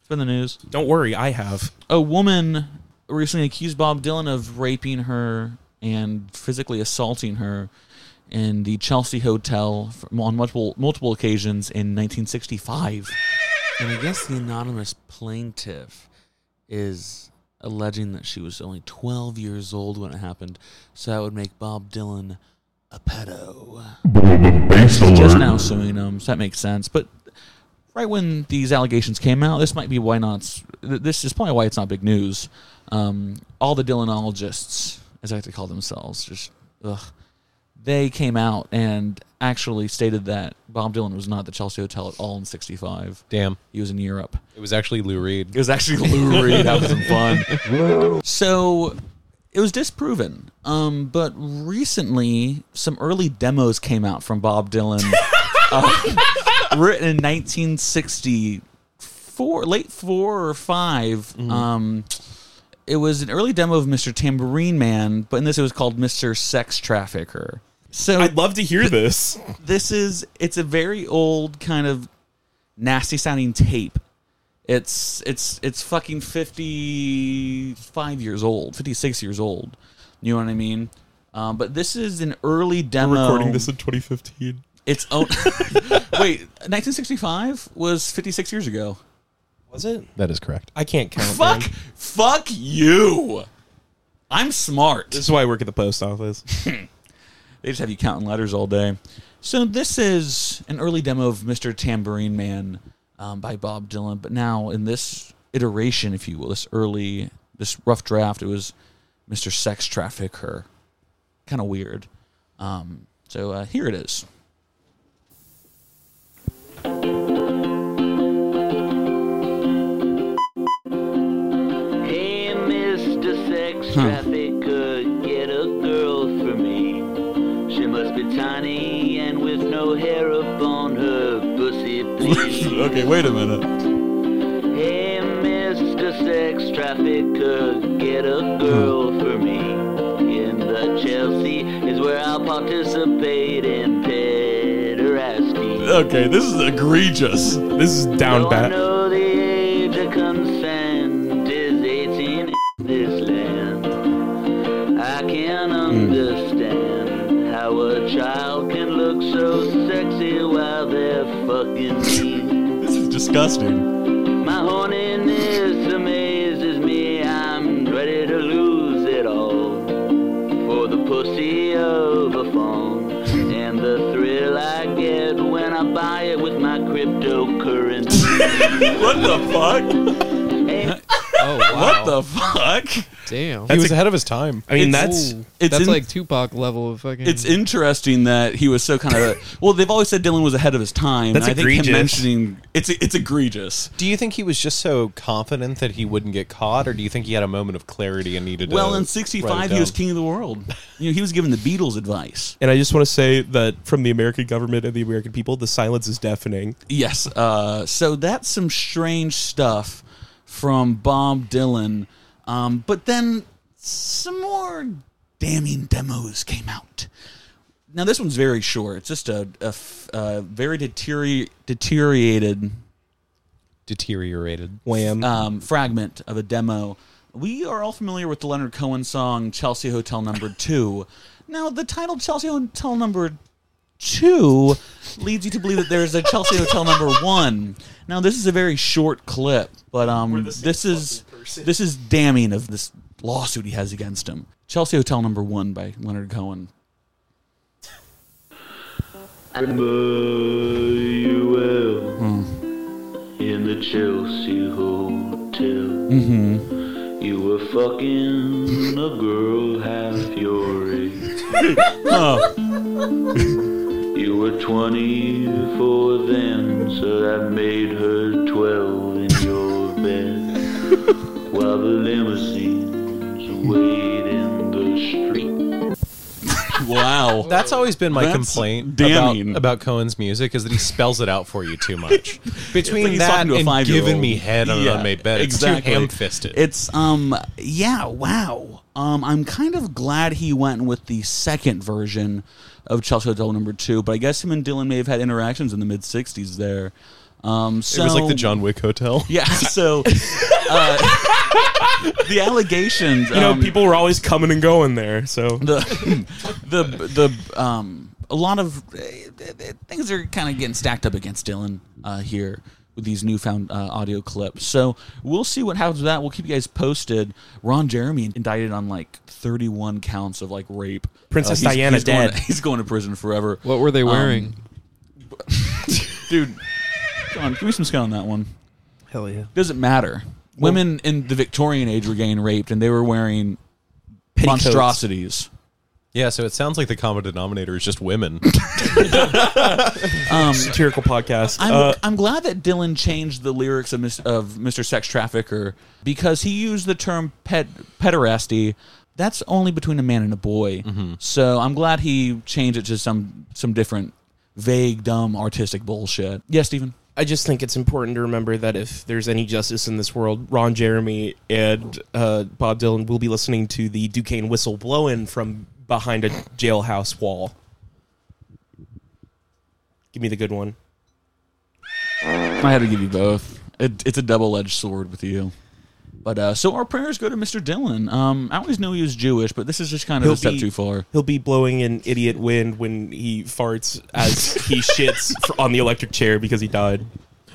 It's been in the news. Don't worry, I have. A woman recently accused Bob Dylan of raping her and physically assaulting her in the Chelsea Hotel f- on multiple multiple occasions in 1965. And I guess the anonymous plaintiff is alleging that she was only 12 years old when it happened, so that would make Bob Dylan a pedo. Based Just alert. now suing them, so that makes sense. But right when these allegations came out, this might be why not. s- th- This is probably why it's not big news. Um, all the Dylanologists, as I like to call themselves, just ugh, they came out and actually stated that Bob Dylan was not at the Chelsea Hotel at all in '65. Damn, He was in Europe. it was actually Lou Reed. It was actually Lou Reed having some fun. So it was disproven. Um, but recently, some early demos came out from Bob Dylan, uh, written in 1964, late four or 5 Mm-hmm. Um, it was an early demo of Mr. Tambourine Man, but in this it was called Mr. Sex Trafficker. So I'd love to hear this. this is it's a very old kind of nasty sounding tape. It's it's it's fucking 55 years old, 56 years old. You know what I mean? Um, but this is an early demo. Recording this in 2015. It's own. Wait, 1965 was 56 years ago. Was it? That is correct. I can't count. Fuck, man. fuck you. I'm smart. This is why I work at the post office. They just have you counting letters all day. So this is an early demo of Mr. Tambourine Man um, by Bob Dylan, but now in this iteration, if you will, this early, this rough draft, it was Mr. Sex Trafficker. Kind of weird. Um, so uh, here it is. Hey, Mr. Sex Hmm. Traffic could get a girl for me. She must be tiny and with no hair upon her pussy, please. okay, wait a minute. hey, Mr. Sex Traffic could get a Hmm. girl for me. In the Chelsea is where I'll participate in pederasty. Okay, this is egregious. This is down Though I bad. know the age of consent is 18 in this land. I Hmm. can understand how a child can look so sexy while they're fucking me. This is disgusting. My horniness amazes me. I'm ready to lose it all for the pussy of a phone and the thrill I get when I buy it with my cryptocurrency. What the fuck? Hey, Oh what the fuck? Damn. He was ahead of his time. I mean, It's- that's Ooh, it's that's in- like Tupac level of fucking. It's interesting that he was so kind of well. They've always said Dylan was ahead of his time. That's and I think egregious. him mentioning it's it's egregious. Do you think he was just so confident that he wouldn't get caught, or do you think he had a moment of clarity and needed? well, to in '65, write it he was down? king of the world. You know, he was giving the Beatles advice. And I just want to say that from the American government and the American people, the silence is deafening. Yes. Uh, so that's some strange stuff from Bob Dylan. Um, but then some more damning demos came out. Now, this one's very short. It's just a, a f- a very deteri- deteriorated deteriorated. Wham. um, fragment of a demo. We are all familiar with the Leonard Cohen song Chelsea Hotel Number Two. Now, the title Chelsea Hotel Number Two leads you to believe that there is a Chelsea Hotel Number One. Now, this is a very short clip, but um, this is this is damning of this lawsuit he has against him. Chelsea Hotel Number One by Leonard Cohen. Remember you well Hmm. in the Chelsea hotel. Mm-hmm. You were fucking a girl half your age. You were 24 then, so that made her 12 in your bed. While the limousines wait in the street. Wow. That's always been my That's complaint about, damning. about Cohen's music is that he spells it out for you too much. Between He's that talking to a and five-year-old. giving me head on Yeah, my bed, it's too exactly. ham-fisted. It's um yeah, wow. Um I'm kind of glad he went with the second version of Chelsea Hotel number two, but I guess him and Dylan may have had interactions in the mid sixties there. Um so it was like the John Wick Hotel. Yeah, so uh, the allegations you know, um, people were always coming and going there. So the the the um a lot of uh, things are kind of getting stacked up against Dylan uh, here with these newfound uh, audio clips. So we'll see what happens with that. We'll keep you guys posted. Ron Jeremy indicted on like 31 counts of like rape. Uh, Princess he's- Diana's he's going- dead. he's going to prison forever. Um, what were they wearing? dude? Come on, give me some skin on that one. hell yeah, Doesn't matter. Women in the Victorian age were getting raped, and they were wearing monstrosities. Yeah, so it sounds like the common denominator is just women. satirical podcast. Um, I'm, Uh, I'm glad that Dylan changed the lyrics of, mis- of Mr. Sex Trafficker because he used the term ped- pederasty. That's only between a man and a boy. Mm-hmm. So I'm glad he changed it to some some different vague, dumb, artistic bullshit. Yeah, Stephen. I just think it's important to remember that if there's any justice in this world, Ron Jeremy and uh, Bob Dylan will be listening to the Duquesne whistle blowing from behind a jailhouse wall. Give me the good one. I had to give you both. It, it's a double edged sword with you. But uh, so our prayers go to Mr. Dylan. Um, I always knew he was Jewish, but this is just kind of a step too far. He'll be blowing an idiot wind when he farts as he shits for, on the electric chair because he died.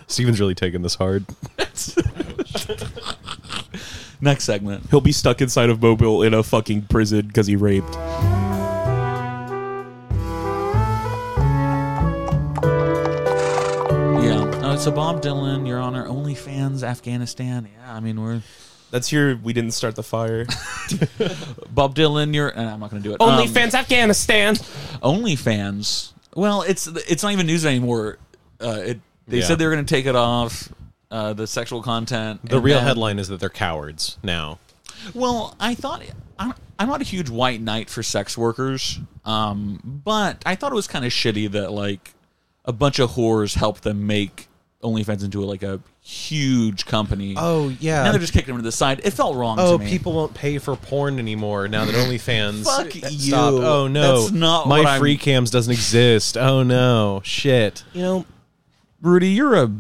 Steven's really taking this hard. Next segment. He'll be stuck inside of Mobile in a fucking prison because he raped. Um, Yeah. Uh, so Bob Dylan, you're on our OnlyFans Afghanistan. Yeah, I mean we're That's your we didn't start the fire. Bob Dylan. You're and I'm not going to do it. Only Um, fans Afghanistan. OnlyFans. Well, it's it's not even news anymore. Uh, it, they Yeah. said they were going to take it off. Uh, the sexual content. The and real then- headline is that they're cowards now. Well, I thought I'm, I'm not a huge white knight for sex workers, um, but I thought it was kind of shitty that like a bunch of whores helped them make OnlyFans into like a huge company. Oh, Oh, yeah. Now they're just kicking them to the side. It felt wrong. Oh, to me. people won't pay for porn anymore now that OnlyFans. Fuck Stop. you. Oh no, That's not my what I'm- free cams doesn't exist. Oh no, shit. You know, Rudy, you're a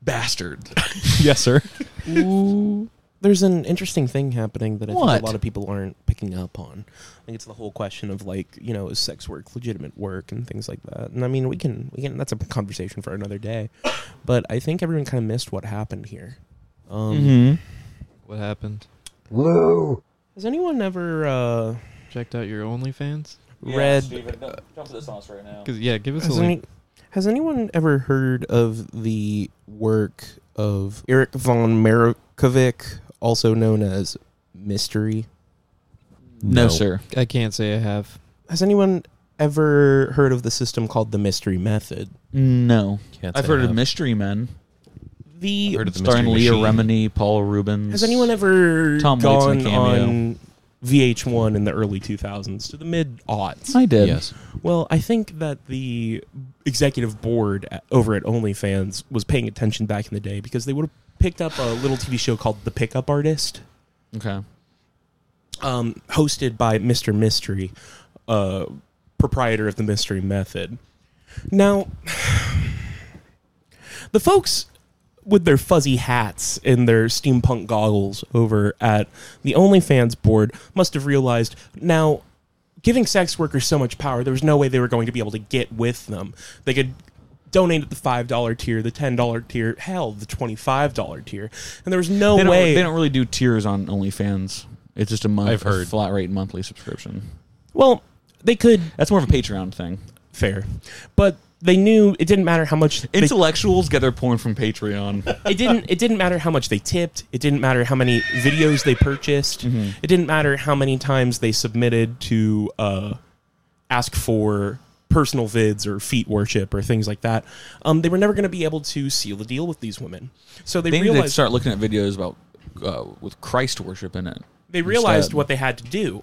bastard. yes, sir. there's an interesting thing happening that I What? think a lot of people aren't picking up on. I think it's the whole question of like, you know, is sex work legitimate work and things like that. And I mean, we can we can that's a conversation for another day. But I think everyone kind of missed what happened here. Um, Mm-hmm. What happened? Has anyone ever uh, Checked out your OnlyFans? read? Jump to the sauce right now. Because yeah, give us a Has, any, link. Has anyone ever heard of the work of Eric von Markovic, also known as Mystery? No, No. sir. I can't say I have. Has anyone ever heard of the system called the Mystery Method? No. Can't I've say heard I of have. Mystery Men, The Heard of the starring Mystery Leah Machine. Remini, Paul Rubens. Has anyone ever Tom Waits in a gone cameo. on VH1 in the early 2000s to the mid aughts? I did. Yes. Well, I think that the executive board at, over at OnlyFans was paying attention back in the day because they would have picked up a little TV show called The Pickup Artist, Okay. um, hosted by Mr. Mystery, uh, proprietor of the Mystery Method. Now, the folks with their fuzzy hats and their steampunk goggles over at the OnlyFans board must have realized now giving sex workers so much power, there was no way they were going to be able to get with them. They could donate at the $5 tier, the $10 tier, hell, the $25 tier. And there was no They don't, way. they don't really do tiers on OnlyFans. It's just a month. I've heard. flat rate monthly subscription. well, they could That's more of a Patreon thing. fair. But they knew it didn't matter how much they- Intellectuals get their porn from Patreon. it didn't it didn't matter how much they tipped, it didn't matter how many videos they purchased, Mm-hmm. it didn't matter how many times they submitted to uh ask for personal vids or feet worship or things like that. Um, they were never going to be able to seal the deal with these women. So they, they need to realized start looking at videos about uh, with Christ worship in it. they realized instead. what they had to do.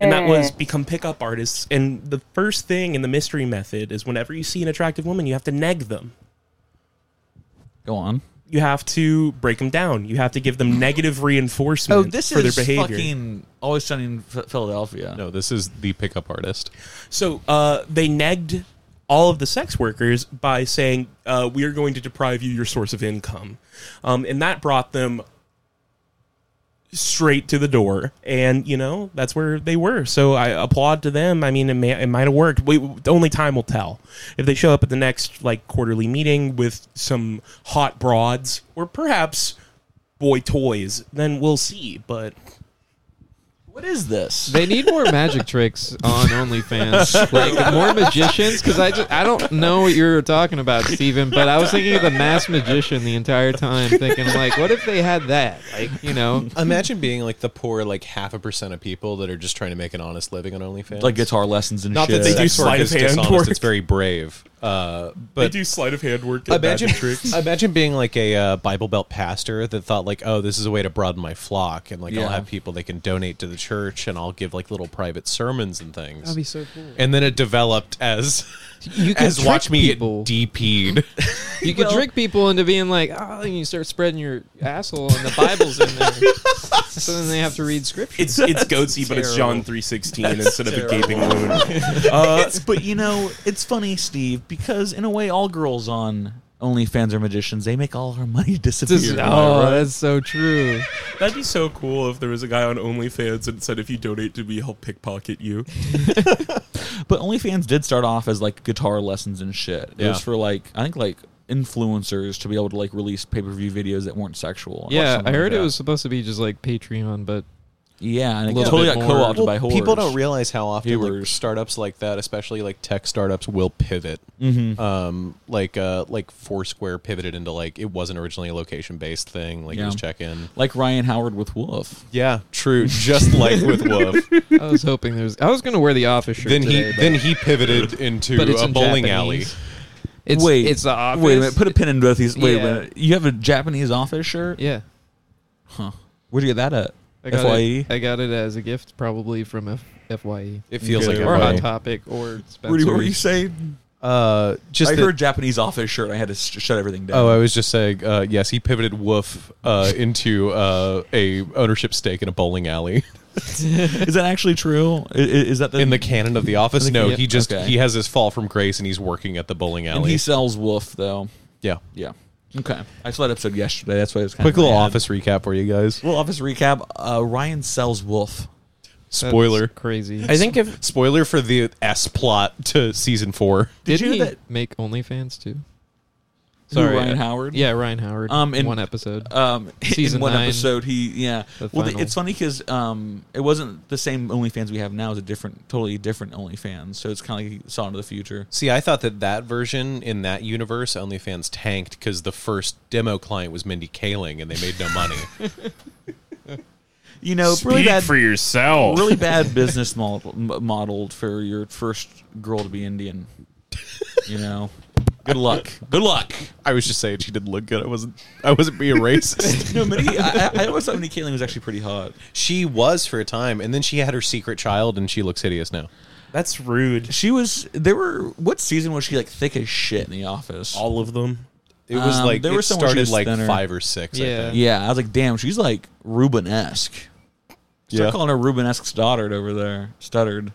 And that was become pickup artists. And the first thing in the mystery method is whenever you see an attractive woman, you have to neg them. Go on. you have to break them down. You have to give them negative reinforcement for their behavior. Oh, fucking always stunning Philadelphia. No, this is the pickup artist. So uh, they negged all of the sex workers by saying, uh, "We are going to deprive you your source of income," um, and that brought them straight to the door. And you know that's where they were. So I applaud to them. I mean, it may it might have worked. We, only time will tell. If they show up at the next like quarterly meeting with some hot broads or perhaps boy toys, then we'll see. But What is this? They need more magic tricks on OnlyFans, like more magicians. Because I just, I don't know what you were talking about, Steven, but I was thinking of the mass magician the entire time, thinking like, what if they had that? Like, you know, Imagine being like the poor like half a percent of people that are just trying to make an honest living on OnLyFans. like guitar lessons and Not shit. that they do Sex work sleight is of hand dishonest, work. it's It's very brave. Uh, they but do sleight of hand work. and imagine magic tricks. imagine being like a uh, Bible Belt pastor that thought like, oh, this is a way to broaden my flock, and like Yeah. I'll have people they can donate to the church, and I'll give like little private sermons and things. that'd be so cool. and then it developed as You could as trick watch me people. get DP'd. You could trick people into being like, oh, and you start spreading your asshole, and the Bible's in there. so then they have to read scripture. It's it's goatsy, but it's John three sixteen instead of a gaping wound. Uh, but you know, it's funny, Steve, because in a way, all girls on OnlyFans are magicians. They make all our money disappear. This is- oh, that's so true. that'd be so cool if there was a guy on OnlyFans and said, "If you donate to me, I'll pickpocket you." But OnlyFans did start off as like guitar lessons and shit. It Yeah. was for like I think like influencers to be able to like release pay per view videos that weren't sexual. or Yeah, something I like heard it that. was supposed to be just like Patreon, but Yeah, and it little totally bit got more- co opted by whores. people don't realize how often like, Viewers. startups like that, especially like tech startups, will pivot. Mm-hmm. Um, like uh, like Foursquare pivoted into like it wasn't originally a location based thing. Like it was Yeah. check in. like Ryan Howard with Wolf. Yeah, true. Just like with Wolf. I was hoping there was. I was gonna wear the office shirt then he today, but, then he pivoted into but it's a in bowling Japanese. alley. It's, wait, it's the office. Wait a minute, put a pin in both these. Wait Yeah. a minute, you have a Japanese office shirt? yeah. Where'd you get that at? I got FYE. it. I got it as a gift, probably from F- FYE It feels Good. like or a Hot way. Topic or What Spencer's. were you saying? Uh, just I that- heard Japanese office shirt. I had to sh- shut everything down. Oh, I was just saying. Uh, yes, he pivoted Wolf uh, into uh, a ownership stake in a bowling alley. is that actually true? I- i- Is, that the in the canon of the office. No, yeah, he just okay. he has his fall from grace and he's working at the bowling and alley. he sells Wolf though? yeah. Yeah. Okay. I saw that episode yesterday. That's why it was kind Quick of little in my head. office recap for you guys. Little office recap. Uh, Ryan sells Wolf. That's Spoiler. crazy. I think if Spoiler for the S plot to season four. Did Did you he know that- make OnlyFans too? Sorry, Ryan uh, Howard? Yeah, Ryan Howard. Um, in- one episode. um, Season in one nine, episode. He yeah. the well, the, final. it's funny because um, it wasn't the same OnlyFans we have now. It's a different, totally different OnlyFans. So it's kind of like he saw into the future. See, I thought that that version in that universe, OnlyFans tanked because the first demo client was Mindy Kaling, and they made no money. You know, really bad, yourself. really bad business model m- modeled for your first girl to be Indian. You know, good luck. Good luck. I was just saying she didn't look good. I wasn't. I wasn't being racist. No, Mindy, I, I- I always thought Mindy Kaling was actually pretty hot. she was for a time, and then she had her secret child, and she looks hideous now. That's rude. She was. There were what season was she like thick as shit in The Office? All of them. It was Um, like there it were some where she started was like thinner. five or six. I Yeah. think. yeah, I was like, damn, she's like Rubenesque. Start Yeah. calling her Rubenesque Stoddard over there. Stuttered.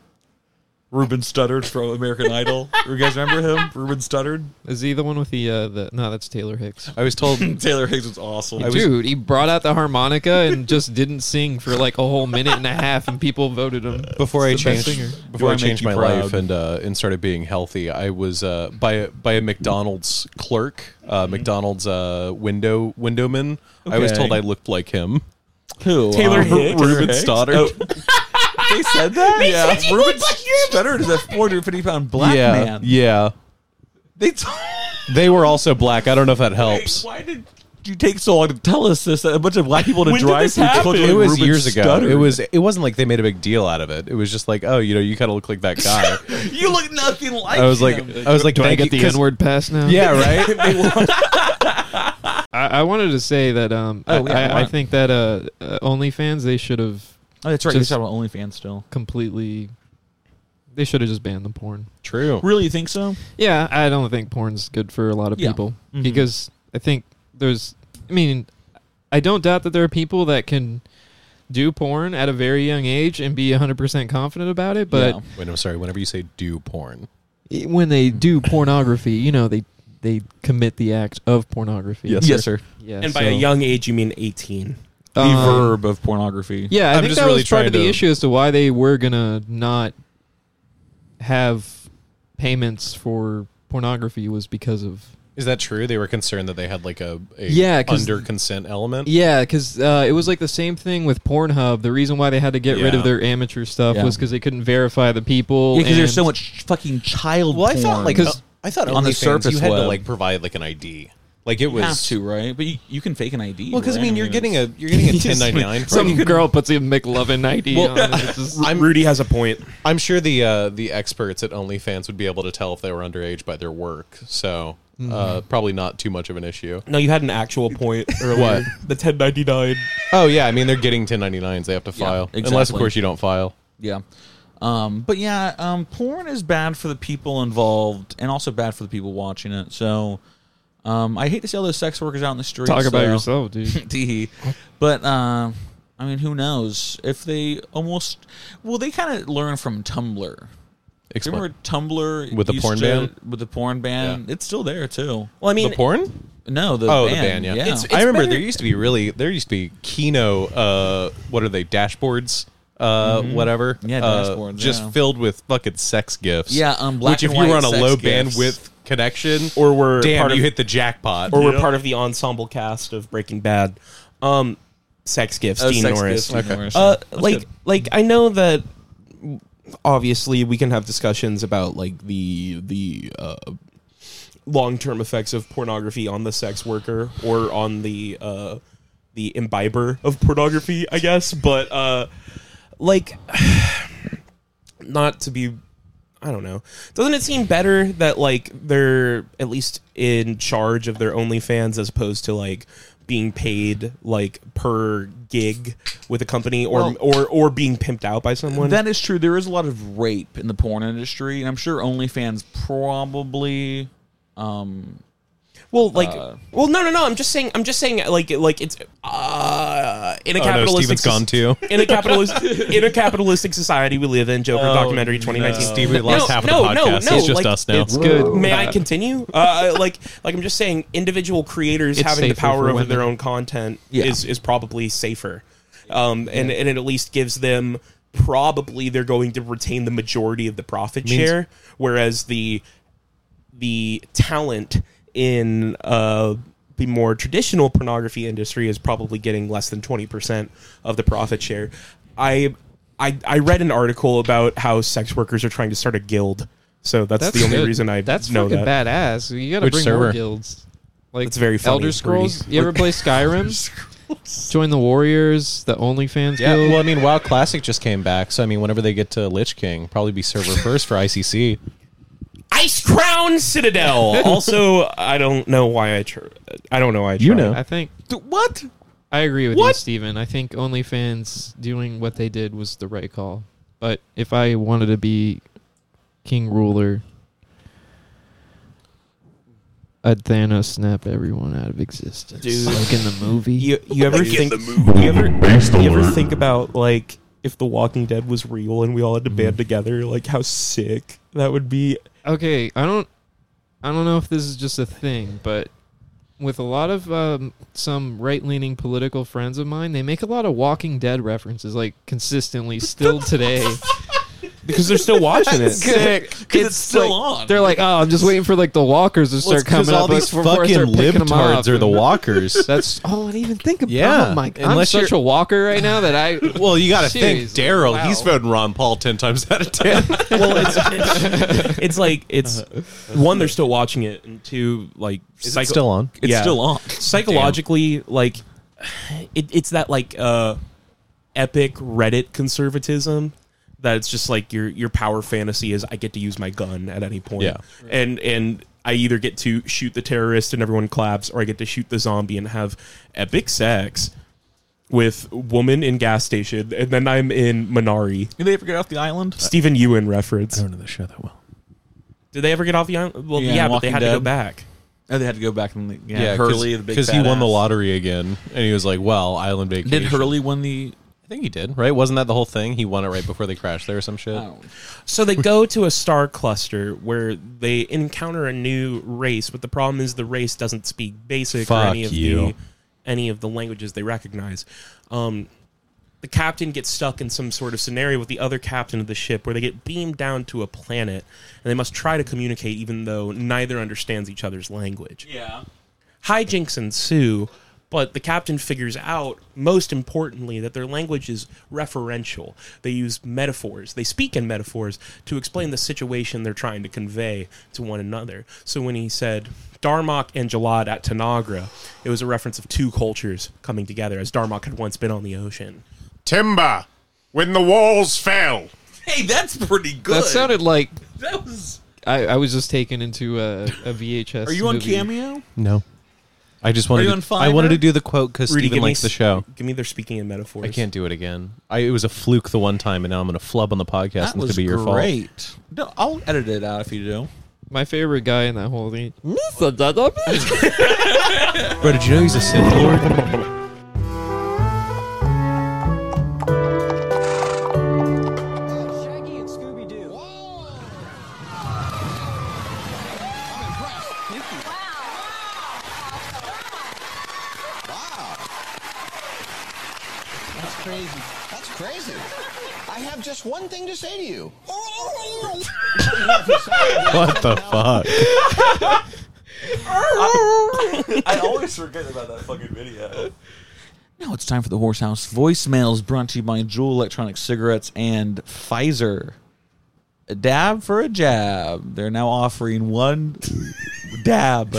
Ruben Studdard from American Idol. You guys remember him? Ruben Studdard. Is he the one with the uh, the? No, that's Taylor Hicks. I was told. Taylor Hicks was awesome. Dude, he brought out the harmonica and just didn't sing for like a whole minute and a half, and people voted him before I It's the best singer. changed before Do I I make changed you my proud? life and uh, and started being healthy, I was uh, by a, by a McDonald's clerk, uh, Mm-hmm. McDonald's uh, window windowman. I was Okay. told I looked like him. Who? Taylor Um, Hicks? Ruben Hicks? Stoddard. Oh. they said that. yeah. Ruben Studdard is a 450 pound black yeah, man. yeah. They. T- They were also black. I don't know if that helps. Why did you take so long to tell us this? A bunch of black people to When did drive this through happen? culturally it was Ruben years ago. Studdard. It was. It wasn't like they made a big deal out of it. It was just like, oh, you know, you kind of look like that guy. You look nothing like. I was like, him. I was like, Do I thank get you, the 'cause- N word pass now? Yeah, right. I, I wanted to say that um, I, Oh, yeah, go I, I on. think that uh, uh, OnlyFans they should have Oh, that's right. You're Just- talking about OnlyFans still. completely. They should have just banned the porn. True. Really, you think so? Yeah, I don't think porn's good for a lot of Yeah. people because I think there's. I mean, I don't doubt that there are people that can do porn at a very young age and be 100% confident about it, but Yeah. Wait, I'm sorry. Whenever you say do porn, i- when they do pornography, you know, they they commit the act of pornography. Yes, Uh, Yes, sir. Yeah, And by a so- young age, you mean Uh, 18. The Um, verb of pornography. Yeah, I I'm think just that really was part trying of the to- issue as to why they were gonna not have payments for pornography was because of is that true? They were concerned that they had like a, a Yeah, 'cause- under consent element. yeah, because uh, it was like the same thing with Pornhub. The reason why they had to get rid Yeah. of their amateur stuff Yeah. was because they couldn't verify the people. because there's so and- much fucking child. Well, I thought porn. like 'Cause I thought on the OnlyFans, surface you had to web- like provide like an ID. Like it you was have to, right? But you, you can fake an ID. Well, because I right? mean, you're getting a it's- you're getting a 1099. for Some it. girl puts a McLovin ID on. And it's just, I'm- Rudy has a point. I'm sure the uh, the experts at OnlyFans would be able to tell if they were underage by their work. So uh, Mm-hmm. probably not too much of an issue. No, you had an actual point earlier. What? The 1099. Oh yeah, I mean they're getting 1099s. They have to file, unless of exactly. course you don't file. yeah. Um, but yeah, um, porn is bad for the people involved, and also bad for the people watching it. So, um, I hate to see all those sex workers out in the street. talk about so- yourself, dude. Teehee. But um, I mean, who knows if they almost? Well, they kind of learn from Tumblr. Do you Explain. remember Tumblr With the used porn to- ban? With the porn ban, it's still there too. Well, I mean, the porn? No, the Oh, ban, the ban. Yeah, It's- I remember better- there used to be really there used to be Kino. Uh, what are they? Dashboards. Uh, whatever. Mm-hmm. Yeah, uh, dashboards, Just yeah. filled with fucking sex gifts. Yeah, um, black which if and you were white on a sex low gifts. bandwidth connection, or we're damn, part you of, hit the jackpot. or we're part of the ensemble cast of Breaking Bad. Um, sex gifts, Oh, Dean sex Norris. gifts, Dean Norris. Uh, That's like, good. like I know that obviously we can have discussions about like the the uh, long term effects of pornography on the sex worker or on the uh, the imbiber of pornography, I guess. But uh, like, not to be. I don't know. Doesn't it seem better that like they're at least in charge of their OnlyFans as opposed to like being paid like per gig with a company or Well- or or being pimped out by someone? That is true. There is a lot of rape in the porn industry, and I'm sure OnlyFans probably. Um, Well, like, Uh, well, no, no, no. I'm just saying. I'm just saying. Like, like it's uh, in a Oh, no, capitalistic Steven's gone too. in a capitalist in a capitalistic society we live in. Joker documentary 2019. Steve, Oh, we lost No, half of no, the no, podcast. no, it's just like, us now. It's good. May I continue? Uh, like, like I'm just saying, individual creators It's having the safer power for over women. their own content Yeah. is is probably safer, um, and and it at least gives them probably they're going to retain the majority of the profit share, whereas the the talent in uh, the more traditional pornography industry is probably getting less than 20% of the profit share. I, I, I read an article about how sex workers are trying to start a guild. So that's, the only good. reason I that's know fucking that. badass. You gotta Which bring server? more guilds. Like That's very funny, Elder Rudy. Scrolls. You ever play Skyrim? Join the Warriors, the OnlyFans Yeah, guild. well, I mean, WoW Classic just came back, so I mean, whenever they get to Lich King, probably be server first for ICC. Ice Crown Citadel. also, I don't know why I. Tr- I don't know why I. You tried. know. I think what? I agree with you, What? Steven. I think OnlyFans doing what they did was the right call. But if I wanted to be king ruler, I'd Thanos snap everyone out of existence, Dude. like in the movie. You you ever think? movie. You ever Based you ever alert. think about like if The Walking Dead was real and we all had to band together? Like how sick that would be. okay i don't i don't know if this is just a thing but with a lot of um, some right-leaning political friends of mine they make a lot of walking dead references like consistently still today Because they're still watching it. sick it's still like- on. they're like oh i'm just waiting for like the walkers to start coming all up these before I start fucking picking 'em up. libtards are the walkers. that's oh i didn't even think about Yeah, oh my god i'm unless such you're- a walker right now that i well, you got to think Seriously, Daryl. wow. He's voting Ron Paul ten times out of ten. well, it's it's like it's Uh-huh. one they're still watching it, and two like psycho- on? It's Yeah. still on. psychologically like it, it's that like uh epic reddit conservatism that it's just like your your power fantasy is i get to use my gun at any point Yeah. and and i either get to shoot the terrorist and everyone claps or i get to shoot the zombie and have epic sex with woman in gas station and then i'm in minari Did they ever get off the island? stephen ewan reference know the show that well. did they ever get off the island well Yeah, yeah, but Walking they had to go Dead. back Oh, they had to go back and the, yeah, Yeah, Hurley, the big because he won the badass. lottery again, and he was like, "Well, Island Vacation." Did Hurley win the? I think he did. Right? Wasn't that the whole thing? He won it right before they crashed there or some shit. Oh. So they go to a star cluster where they encounter a new race, but the problem is the race doesn't speak basic or Fuck any of the you. any of the languages they recognize. Um, the captain gets stuck in some sort of scenario with the other captain of the ship where they get beamed down to a planet and they must try to communicate even though neither understands each other's language Yeah. hijinks ensue, but the captain figures out, most importantly, that their language is referential. They use metaphors. They speak in metaphors to explain the situation they're trying to convey to one another. So when he said Darmok and Jalad at Tanagra, it was a reference of two cultures coming together, as Darmok had once been on the ocean. Timber, when the walls fell. Hey, that's pretty good. that sounded like That was. I, I was just taken into a, a vhs Are you on movie. Cameo? No, I just wanted. you to, on I wanted Fiverr? to do the quote because Rudy, Steven give me likes the s- show. Give me their speaking in metaphors. I can't do it again. I, it was a fluke the one time, and now I'm going to flub on the podcast. That and it's was going to be your fault. great. No, I'll edit it out if you do. my favorite guy in that whole thing Bro, did you know he's a Sith Lord? Shaggy and Scooby Doo. That's crazy. I have just one thing to say to you. what the fuck? I always forget about that fucking video. Now it's time for the Horse House voicemails brought to you by Juul Electronic Cigarettes and Pfizer. A dab for a jab. They're now offering one dab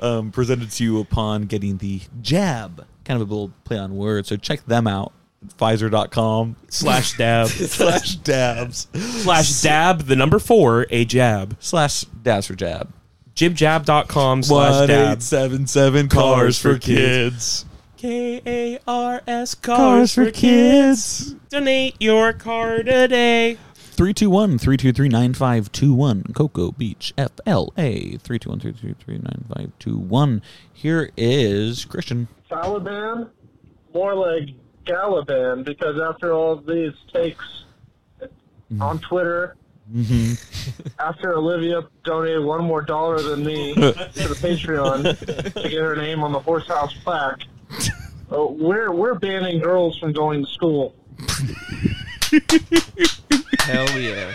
um, presented to you upon getting the jab. Kind of a little play on words. So check them out. Pfizer.com Slash dab. slash dabs slash dab, the number four, a jab. slash dabs for jab. Jibjab.com slash One dab. eight seven seven cars for kids. K A R S Cars for kids. Donate your car today. 321 323 9521. Cocoa Beach, FLA. 321 323 9521. Here is Christian. Taliban, more like Galaban, because after all these takes Mm. on Twitter, Mm-hmm. after Olivia donated one more dollar than me to the Patreon to get her name on the Horse House plaque, uh, we're we're banning girls from going to school. hell yeah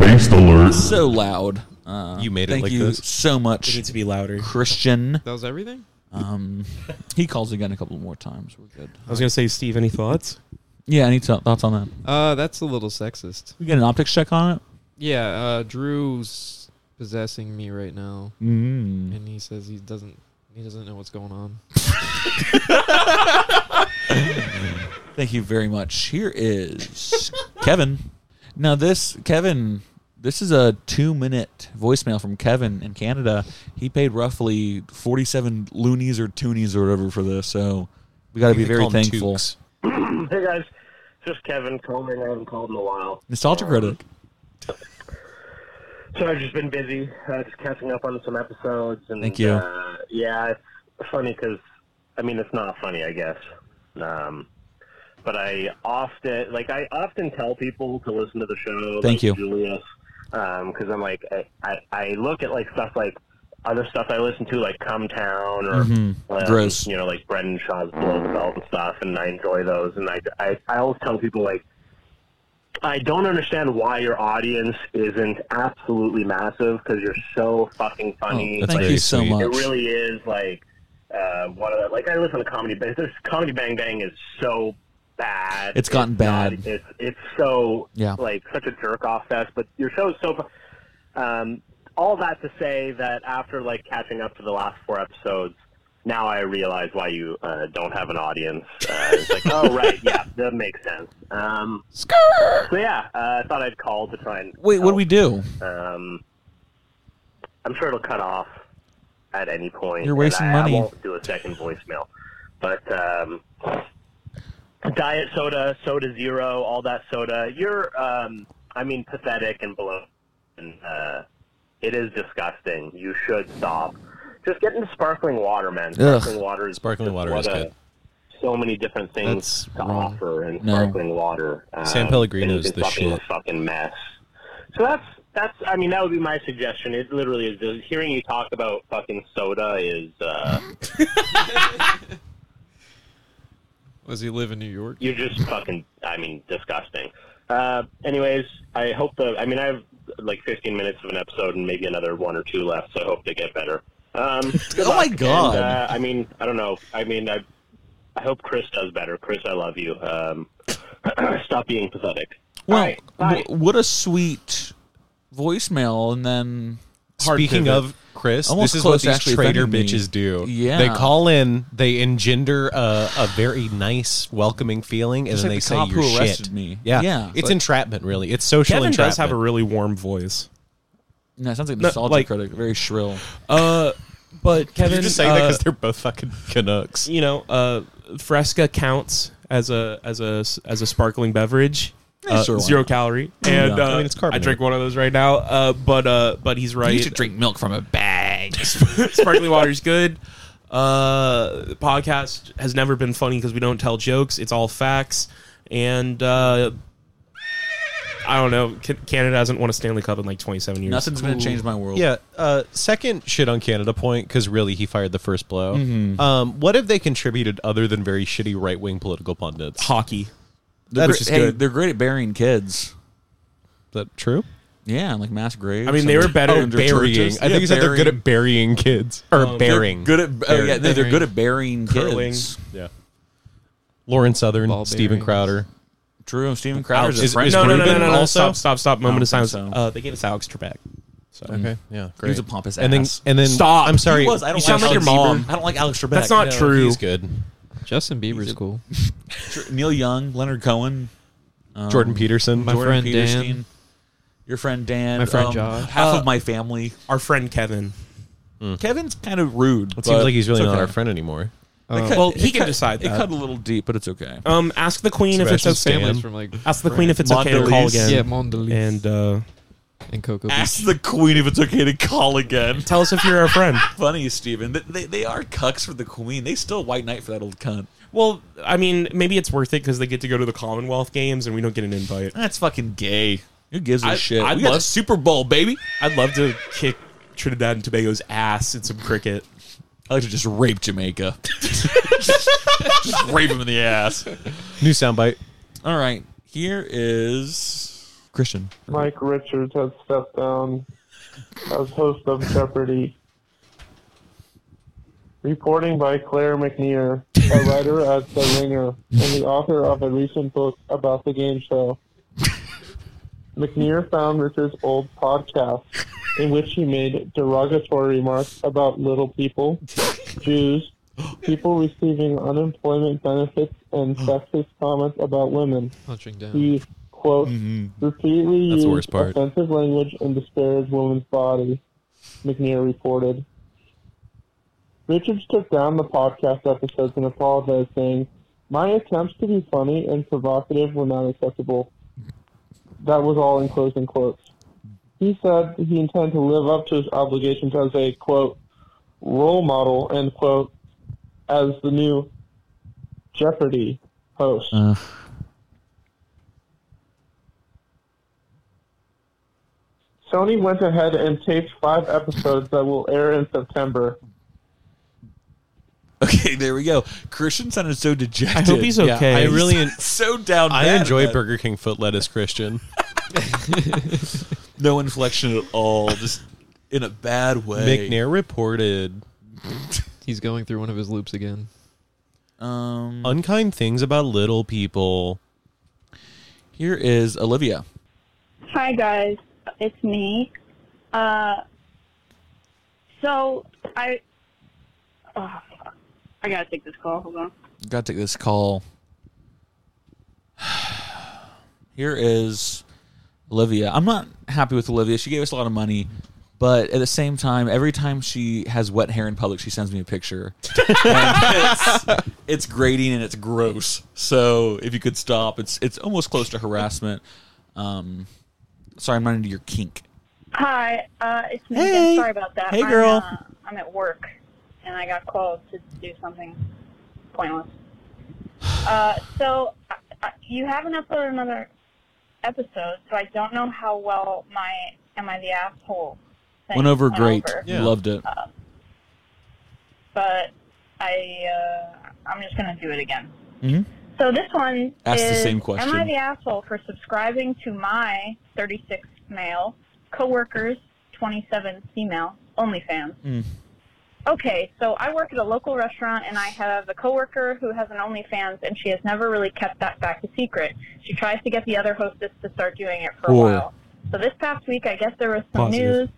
Based alert. So loud. Uh, You made it thank like you this. so It much, needs to be louder. Christian. That was everything. Um, he calls again a couple more times. We're good. I was going to say, Steve, any thoughts? Yeah, any t- thoughts on that? Uh, that's a little sexist. We get an optics check on it. Yeah, uh, Drew's possessing me right now, Mm. and he says he doesn't. He doesn't know what's going on. Thank you very much. Here is Kevin. Now, this Kevin, this is a two-minute voicemail from Kevin in Canada. He paid roughly forty-seven loonies or toonies or whatever for this, so we got to be They very call 'em thankful. toques. Hey guys, just Kevin calling. I haven't called in a while. Nostalgia critic. So I've just been busy, uh, just catching up on some episodes. And, Thank you. Uh, yeah, it's funny because, I mean, it's not funny, I guess. Um, but I often, like, I often tell people to listen to the show. Thank like you. Julius, because I'm like, I, I, I look at like stuff like other stuff I listen to, like Come Town or Mhm. um, Gross. you know, like Brendan Shaw's Below the Belt and stuff, and I enjoy those. And I, I, I always tell people like. I don't understand why your audience isn't absolutely massive because you're so fucking funny. thank like, you so sweet. much. it really is like uh, one of the like I listen to comedy, but there's comedy Bang Bang is so bad. It's gotten not- bad. it's it's so Yeah. like such a jerk off fest. But your show is so. fu- Um, all that to say that after like catching up to the last four episodes. Now I realize why you uh, don't have an audience. Uh, it's like, oh right, yeah, that makes sense. Um, so yeah, uh, I thought I'd call to try and Wait, what do we do? do? Um, I'm sure it'll cut off at any point. You're and wasting I, money. I won't do a second voicemail, but um, diet soda, soda zero, all that soda. You're, um, I mean, pathetic and below. And, uh, it is disgusting. You should stop. Just get into sparkling water, man. Sparkling water is Sparkling just water what is a- good. So many different things That's to wrong. offer and No. sparkling water. Uh, San Pellegrino and is it's the fucking shit. a fucking mess. So that's that's. I mean, that would be my suggestion. It literally is. just Hearing you talk about fucking soda is. Uh, Does he live in New York? you're just fucking. I mean, disgusting. Uh, anyways, I hope the. I mean, I have like 15 minutes of an episode and maybe another one or two left. So I hope they get better. Um, good Oh my luck, and, God. uh, I mean, I don't know. I mean, I. I hope Chris does better. Chris, I love you. Um, stop being pathetic. Well, All right, bye. w- what a sweet voicemail, and then hard Speaking pivot. of Chris, Almost this is close what to these actually traitor offending me. bitches do. Yeah. They call in, they engender a, a very nice, welcoming feeling, and Just then like they the say cop you're who arrested shit. me. Yeah. Yeah. It's entrapment, really. It's social Kevin entrapment. does have a really warm voice. no, it sounds like a nostalgia like- critic, very shrill. Uh, but Kevin, You're just saying that uh, because they're both fucking Canucks. you know, uh, Fresca counts as a as a as a sparkling beverage. Yeah, Uh, sure, why zero not? calorie, and Yeah. uh, I, I mean, it's carbonated. drink one of those right now. Uh, but uh, but he's right. You should drink milk from a bag. sparkling water's good. Uh, the podcast has never been funny because we don't tell jokes. It's all facts. And uh, I don't know. Ca- Canada hasn't won a Stanley Cup in like 27 years. Nothing's gonna change my world. Yeah. Uh, second shit on Canada point because really he fired the first blow. Mm-hmm. Um, what have they contributed other than very shitty right wing political pundits? hockey. they're, gre- That's just hey, good. they're great at burying kids. Is that true? Yeah, and like mass graves. I mean, they were better Oh, than they're churches. I think Yeah, you said they're good burying- at burying kids or burying. Good at oh, yeah, no, they're Burying. good at burying Curling. kids. Yeah. Lauren Southern, Ball Steven bearings. Crowder. True. Steven Crowder's a Is- friend. is No, no, no, no, Rubin no, no. also? Stop, stop, stop. Moment of don't silence. think so. Uh, they gave us Alex Trebek. So. Okay. Yeah. Great. He's a pompous and then ass. and then Stop. I'm sorry. he was. I don't you sound like Alex your mom. Trebek. I don't like Alex Trebek. That's not No. true. He's good. Justin Bieber's cool. Tr- Neil Young, Leonard Cohen, um, Jordan Peterson. My friend Peterstein, Dan. your friend Dan, My friend um, Josh. half Uh, hmm. of my family. Our friend Kevin. Kevin's kind of rude. It seems but like he's really it's not okay. our friend anymore. It cut- uh, well, it he can cut- decide It that. cut a little deep, but it's okay. Um, ask the queen if it's Sebastian okay. Stan. Family's from like Ask the queen if it's okay to call Mondelez. again. yeah, Mondelez and uh, and Cocoa Beach. Ask the queen if it's okay to call again. tell us if you're our friend. Funny, Steven. They, they, they are cucks for the queen. They still white knight for that old cunt. Well, I mean, maybe it's worth it because they get to go to the Commonwealth Games and we don't get an invite. That's fucking gay. Who gives a I- shit? I we got the love- Super Bowl, baby. I'd love to kick Trinidad and Tobago's ass in some cricket. I like to just rape Jamaica. just rape him in the ass. New soundbite. All right, here is Christian. Mike Richards has stepped down as host of Jeopardy. Reporting by Claire McNear, a writer at The Ringer and the author of a recent book about the game show. McNear found Richard's old podcast in which he made derogatory remarks about little people, Jews, people receiving unemployment benefits, and sexist comments about women. Punching down. He, quote, repeatedly That's the worst used part. offensive language and disparaged women's body, McNear reported. Richards took down the podcast episodes and apologized, saying, My attempts to be funny and provocative were not acceptable. That was all in closing quotes. He said he intended to live up to his obligations as a, quote, role model, end quote, as the new Jeopardy host. Uh, Sony went ahead and taped five episodes that will air in September. okay, there we go. Christian sounded so dejected. I hope he's Yeah, okay. I really, en- so down. I bad enjoy about it. Burger King foot lettuce, Christian. no inflection at all, just in a bad way. McNair reported He's going through one of his loops again. Um, unkind things about little people. here is Olivia. Hi guys, it's me. Uh, so I, oh, I gotta take this call. Hold on. Got to take this call. Here is Olivia. I'm not happy with Olivia. She gave us a lot of money, but at the same time, every time she has wet hair in public, she sends me a picture. And it's, it's grating and it's gross. So if you could stop, it's it's almost close to harassment. Um, sorry, I'm not into your kink. Hi, uh, it's me. Hey. Again. Sorry about that. Hey, I'm, girl. uh, I'm at work, and I got called to do something pointless. Uh, so I, I, you haven't uploaded another episode, so I don't know how well my "Am I the Asshole?" thing Went over great. over. Uh, Yeah. Loved it. but I uh, I'm just gonna do it again. Mhm. So this one Ask the is, same question. Am I the asshole for subscribing to my 36 male coworkers, 27 female OnlyFans? Mm. Okay, so I work at a local restaurant, and I have a coworker who has an OnlyFans, and she has never really kept that fact a secret. She tries to get the other hostess to start doing it for a Whoa. while. So this past week, I guess there was some Positive. news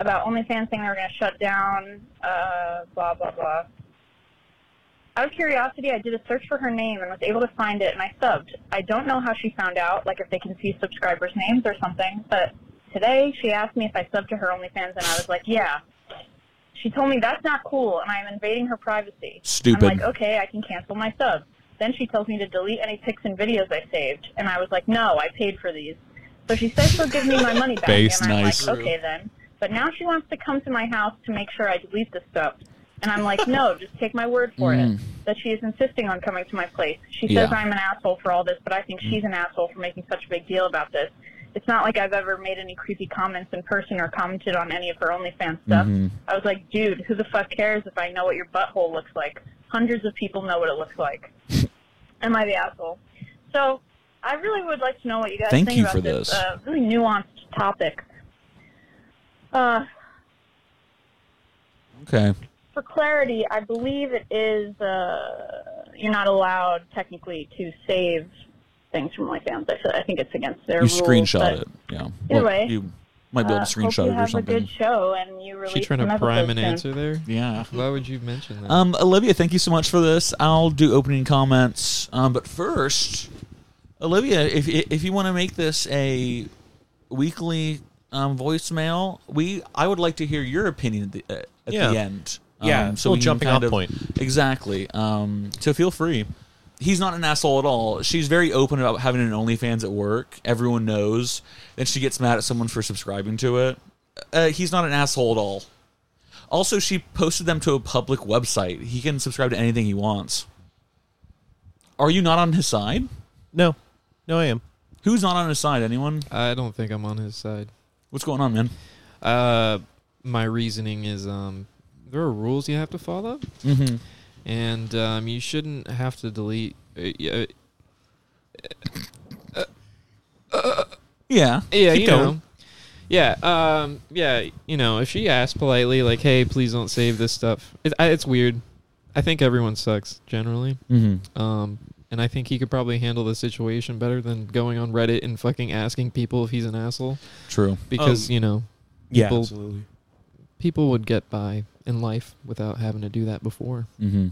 about OnlyFans saying they were going to shut down, uh, blah, blah, blah. Out of curiosity, I did a search for her name and was able to find it, and I subbed. I don't know how she found out, like if they can see subscribers' names or something, but today she asked me if I subbed to her OnlyFans, and I was like, yeah. She told me that's not cool, and I'm invading her privacy. Stupid. I'm like, okay, I can cancel my sub. Then she tells me to delete any pics and videos I saved, and I was like, no, I paid for these. So she says she'll give me my money back, Base, and I'm nice. like, okay then. But now she wants to come to my house to make sure I delete this stuff, and I'm like, no, just take my word for it. That she is insisting on coming to my place. She says Mm. Yeah. Mm. I'm an asshole for all this, but I think she's an asshole for making such a big deal about this. It's not like I've ever made any creepy comments in person or commented on any of her OnlyFans stuff. I was like, dude, who the fuck cares if I know what your butthole looks like? Hundreds of people know what it looks like. Am I the asshole? So I really would like to know what you guys Thank think you about for this, this. uh, really nuanced topic. Uh, Okay. for clarity, I believe it is uh, you're not allowed technically to save things from OnlyFans. I, said- I think it's against their You rules. screenshot but, it. Yeah. Either way, you might be uh, able to hope screenshot you it or have a something. good show and you She release trying to some episodes prime an soon. answer there? yeah. Why would you mention that? Um, Olivia, thank you so much for this. I'll do opening comments. Um, but first, Olivia, if if you want to make this a weekly um, voicemail, we I would like to hear your opinion at the, uh, at Yeah. the end. Yeah, um, so little we can jumping off kind of- point. Exactly. Um, so feel free. He's not an asshole at all. She's very open about having an OnlyFans at work. Everyone knows. Then she gets mad at someone for subscribing to it. Uh, he's not an asshole at all. Also, she posted them to a public website. He can subscribe to anything he wants. Are you not on his side? No, no, I am. Who's not on his side? Anyone? I don't think I'm on his side. What's going on, man? Uh, my reasoning is um, there are rules you have to follow, Mm-hmm. and um, you shouldn't have to delete. Uh, yeah, yeah Yeah. Keep you going. know, Yeah, um, yeah. You know, if she asked politely, like, "Hey, please don't save this stuff," it, I, it's weird. I think everyone sucks generally, Mhm. um, and I think he could probably handle the situation better than going on Reddit and fucking asking people if he's an asshole. True. because Oh, you know, yeah, people, absolutely. People would get by in life without having to do that before. Mm-hmm.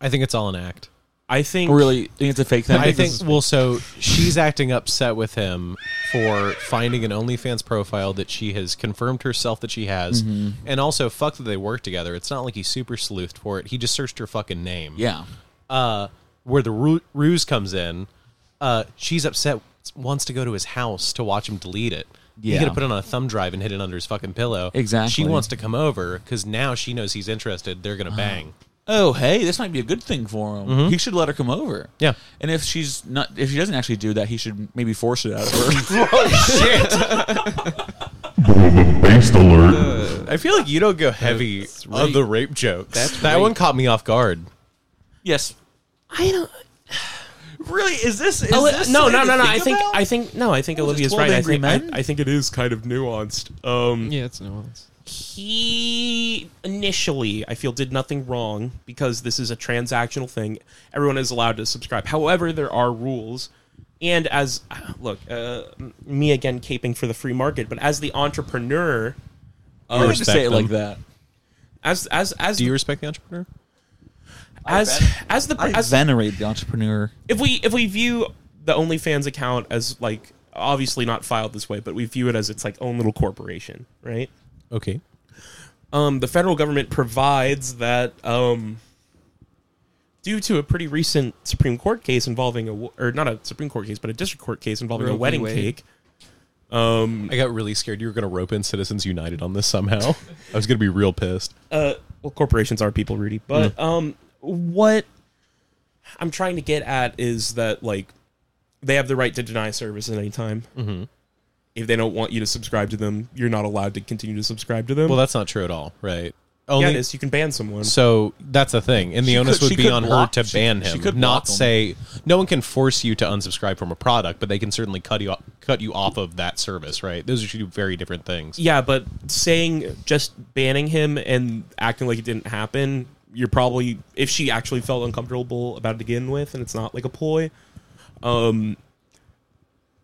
I think it's all an act. I think Really, think it's a fake thing. I think well, so she's acting upset with him for finding an OnlyFans profile that she has confirmed herself that she has, Mhm. and also fuck that they work together. It's not like he super sleuthed for it. He just searched her fucking name. Yeah. Uh, where the ru- ruse comes in, uh, she's upset. Wants to go to his house to watch him delete it. He Yeah. could have put it on a thumb drive and hid it under his fucking pillow. Exactly. She wants to come over because now she knows he's interested. They're gonna bang. oh hey, this might be a good thing for him. He should let her come over. Yeah. And if she's not, if she doesn't actually do that, he should maybe force it out of her. Based alert. I feel like you don't go heavy on the rape jokes. that one caught me off guard. yes. I don't. Really, is this? Is Oli- this no, something no, to no, no. I think about? I think no. I think Was it Olivia's 12 right. I Angry think I, Men? I think it is kind of nuanced. Um, Yeah, it's nuanced. he initially, I feel, did nothing wrong because this is a transactional thing. Everyone is allowed to subscribe. However, there are rules. And as look, uh, m- me again caping for the free market, but as the entrepreneur, um, I would say it respect like them. that. as as as Do you respect the entrepreneur? as as the I as, venerate the entrepreneur. if we if we view the OnlyFans account as like obviously not filed this way, but we view it as its like own little corporation, right? Okay. Um, the federal government provides that um, due to a pretty recent Supreme Court case involving a w- or not a Supreme Court case, but a district court case involving Roe a v. wedding Wade. cake. Um, I got really scared you were going to rope in Citizens United on this somehow. I was going to be real pissed. Mm. uh, well, corporations are people, Rudy. But um, what I'm trying to get at is that like they have the right to deny service at any time. Mm-hmm. If they don't want you to subscribe to them, you're not allowed to continue to subscribe to them. Well, that's not true at all, right? um, yeah, Only it is. You can ban someone. so that's the thing, and the She onus could- she would be could on block- her to she- ban she him, could not block him. say no one can force you to unsubscribe from a product, but they can certainly cut you off, cut you off of that service, right? Those are two very different things. yeah, but saying just banning him and acting like it didn't happen, you're probably if she actually felt uncomfortable about it to begin with, and it's not like a ploy. Um,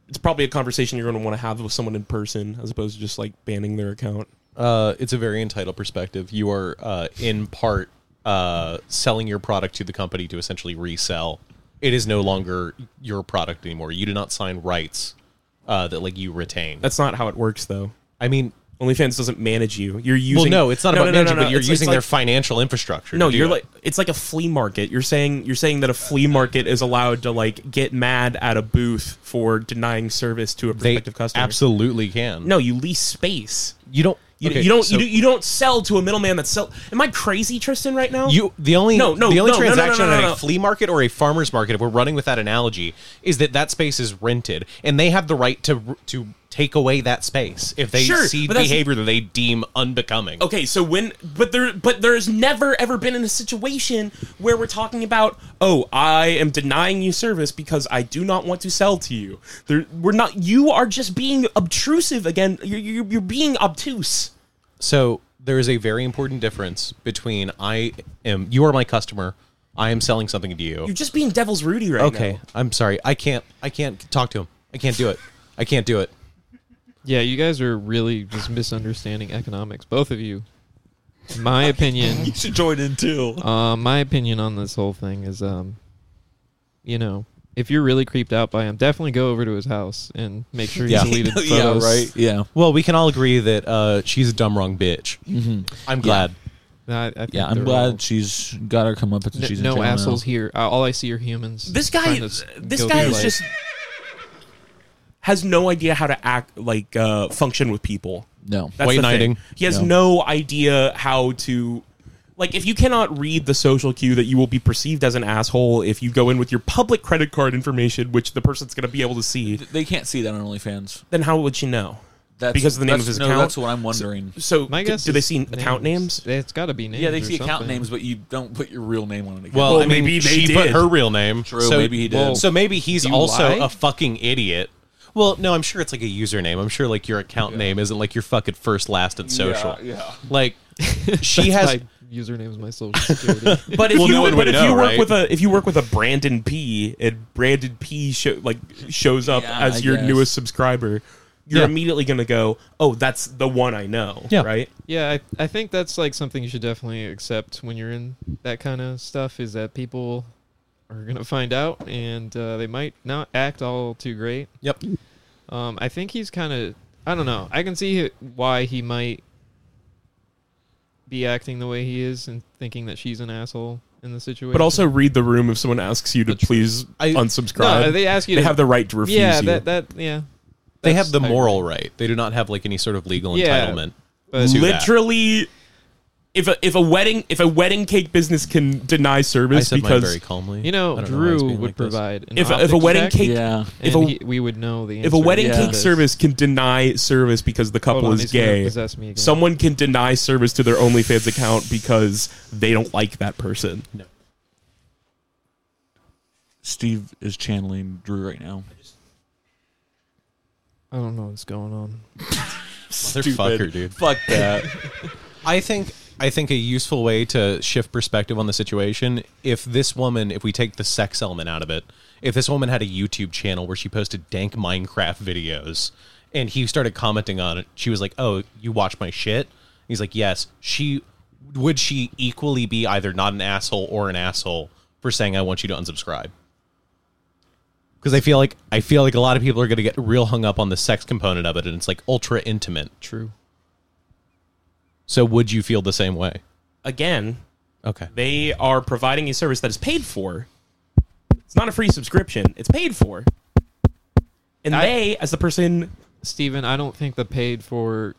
it's probably a conversation you're going to want to have with someone in person as opposed to just like banning their account. Uh, it's a very entitled perspective. You are uh, in part uh, selling your product to the company to essentially resell. It is no longer your product anymore. You do not sign rights uh, that like you retain. That's not how it works, though. I mean, OnlyFans doesn't manage you. You're well, using. no, it's not about management, but you're It's- it's using like- their financial infrastructure. No, to do you're it. like it's like a flea market. You're saying you're saying that a flea market is allowed to like get mad at a booth for denying service to a they prospective customer. absolutely can. No, you lease space. you don't. You, okay, you don't so you, do, you don't sell to a middleman that sell. Am I crazy, Tristan? Right now? You the only No, no, the only no, no, no, no, transaction no, at no. a flea market or a farmer's market, if we're running with that analogy, is that that space is rented, and they have the right to to take away that space if they Sure, see but that's- behavior that they deem unbecoming. okay? So when but there but there's never ever been in a situation where we're talking about oh I am denying you service because I do not want to sell to you. There, we're not. You are just being obtrusive again. You're you're, you're being obtuse. So there is a very important difference between I am you are my customer, I am selling something to you. You're just being devil's Rudy right now. okay, I'm sorry, I can't I can't talk to him. I can't do it. I can't do it. Yeah, you guys are really just misunderstanding economics, both of you. My opinion. You should join in too. Uh, my opinion on this whole thing is, um, you know, if you're really creeped out by him, definitely go over to his house and make sure he Yeah. deleted photos. yeah, right. Yeah. Well, we can all agree that uh, she's a dumb wrong bitch. I'm glad. Mm-hmm. I, I think Yeah, I'm they're glad all- she's got her come up with N- she's in no jail now. assholes here. Uh, all I see are humans. This guy, trying to s- this go guy through is life. just has no idea how to act like uh, function with people. No. That's White the thing. knighting. He has No. no. idea how to. Like, if you cannot read the social cue that you will be perceived as an asshole if you go in with your public credit card information, which the person's going to be able to see, They can't see that on OnlyFans. then how would she know? That's Because of the name that's- of his no, account? That's what I'm wondering. So, My c- guess do they is see account names? It's got to be names. yeah, they or see account something. names, but you don't put your real name on it. Well, I mean, maybe they she did. put her real name. True, maybe he did. so maybe he's You also lie? a fucking idiot. Well, no, I'm sure it's like a username. I'm sure like your account name isn't like your fucking first, last, and social. Yeah, yeah. Like she has. My username is my social security. But if Well, you no one but would if know, you work right? with a if you work with a Brandon P and Brandon P show, like shows up Yeah, as I your guess. newest subscriber, you're Yeah. immediately going to go, "Oh, that's the one I know." Yeah. Right? yeah, I, I think that's like something you should definitely accept when you're in that kind of stuff is that people are gonna find out and uh, they might not act all too great. Yep. Um, I think he's kind of. I don't know. I can see it- why he might be acting the way he is and thinking that she's an asshole in the situation. But also read the room if someone asks you to please I- unsubscribe. No, they ask you They to- have the right to refuse yeah, you. that that yeah. They That's- have the I- moral right. They do not have like any sort of legal Yeah, entitlement. but- to that. Literally if a, if a wedding if a wedding cake business can deny I service said mine because very calmly. You know, I don't why I Drew was would being like this. provide an If a- if a optic wedding check, cake- Yeah. and if a- he- we would know the answer. if a wedding to Yeah. cake this. service can deny service because the couple on, is he's gonna gay, possess me again. someone can deny service to their OnlyFans account because they don't like that person. Steve is channeling Drew right now. I don't know what's going on. Motherfucker, dude. Fuck that. I think I think a useful way to shift perspective on the situation if this woman, if we take the sex element out of it, if this woman had a YouTube channel where she posted dank Minecraft videos and he started commenting on it, she was like, "Oh, you watch my shit?" He's like, "Yes." She would she equally be either not an asshole or an asshole for saying I want you to unsubscribe? Because I feel like I feel like a lot of people are going to get real hung up on the sex component of it, and it's like ultra intimate. True. So would you feel the same way? Again, Okay. they are providing a service that is paid for. It's not a free subscription; it's paid for. And I- they, as the person, Steven, I don't think the paid for.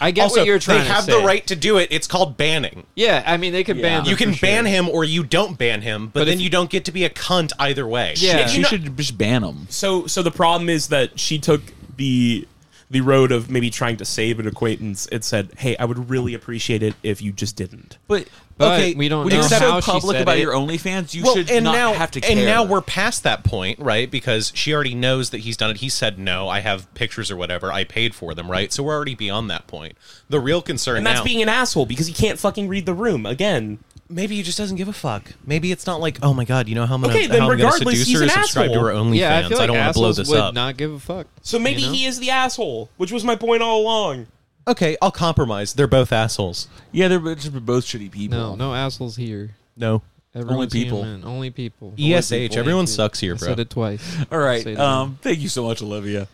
I get also, what you're trying they have to say. the right to do it. It's called banning. Yeah, I mean they could ban. You them can for sure. ban him or you don't ban him, but, But then if- you don't get to be a cunt either way. Yeah. she should just ban him. so so the problem is that she took the the road of maybe trying to save an acquaintance and said, "Hey, I would really appreciate it if you just didn't." But, But we don't When you're know so how she public said about it. your OnlyFans, you Well, should and not now have to care. and now we're past that point, right? Because she already knows that he's done it. He said no. I have pictures or whatever. I paid for them, right? So we're already beyond that point. The real concern And that's now, being an asshole because he can't fucking read the room. Again, maybe he just doesn't give a fuck. Maybe it's not like, oh my god, you know how I'm gonna, Okay, then how I'm gonna regardless, seduce he's her an to subscribe to asshole. her OnlyFans. Yeah, I feel like don't want to blow assholes this would up. not give a fuck. So maybe know? he is the asshole, which was my point all along. Okay, I'll compromise. They're both assholes. yeah, they're both- they're both shitty people. No, no assholes here. No. Everyone's people. human. Only people. E ESH. Only people. Everyone Thank you. sucks here, I bro. said it twice. All right. Say it Um, thank you so much, Olivia.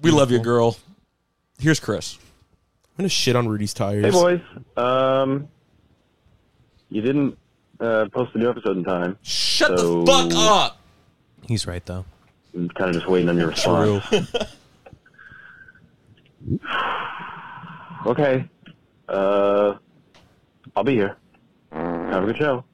We love you, girl. Here's Chris. I'm gonna shit on Rudy's tires. Hey boys, um, you didn't uh, post the new episode in time. Shut So- the fuck up. He's right though. I'm kind of just waiting on your response. okay, uh, I'll be here. Have a good show.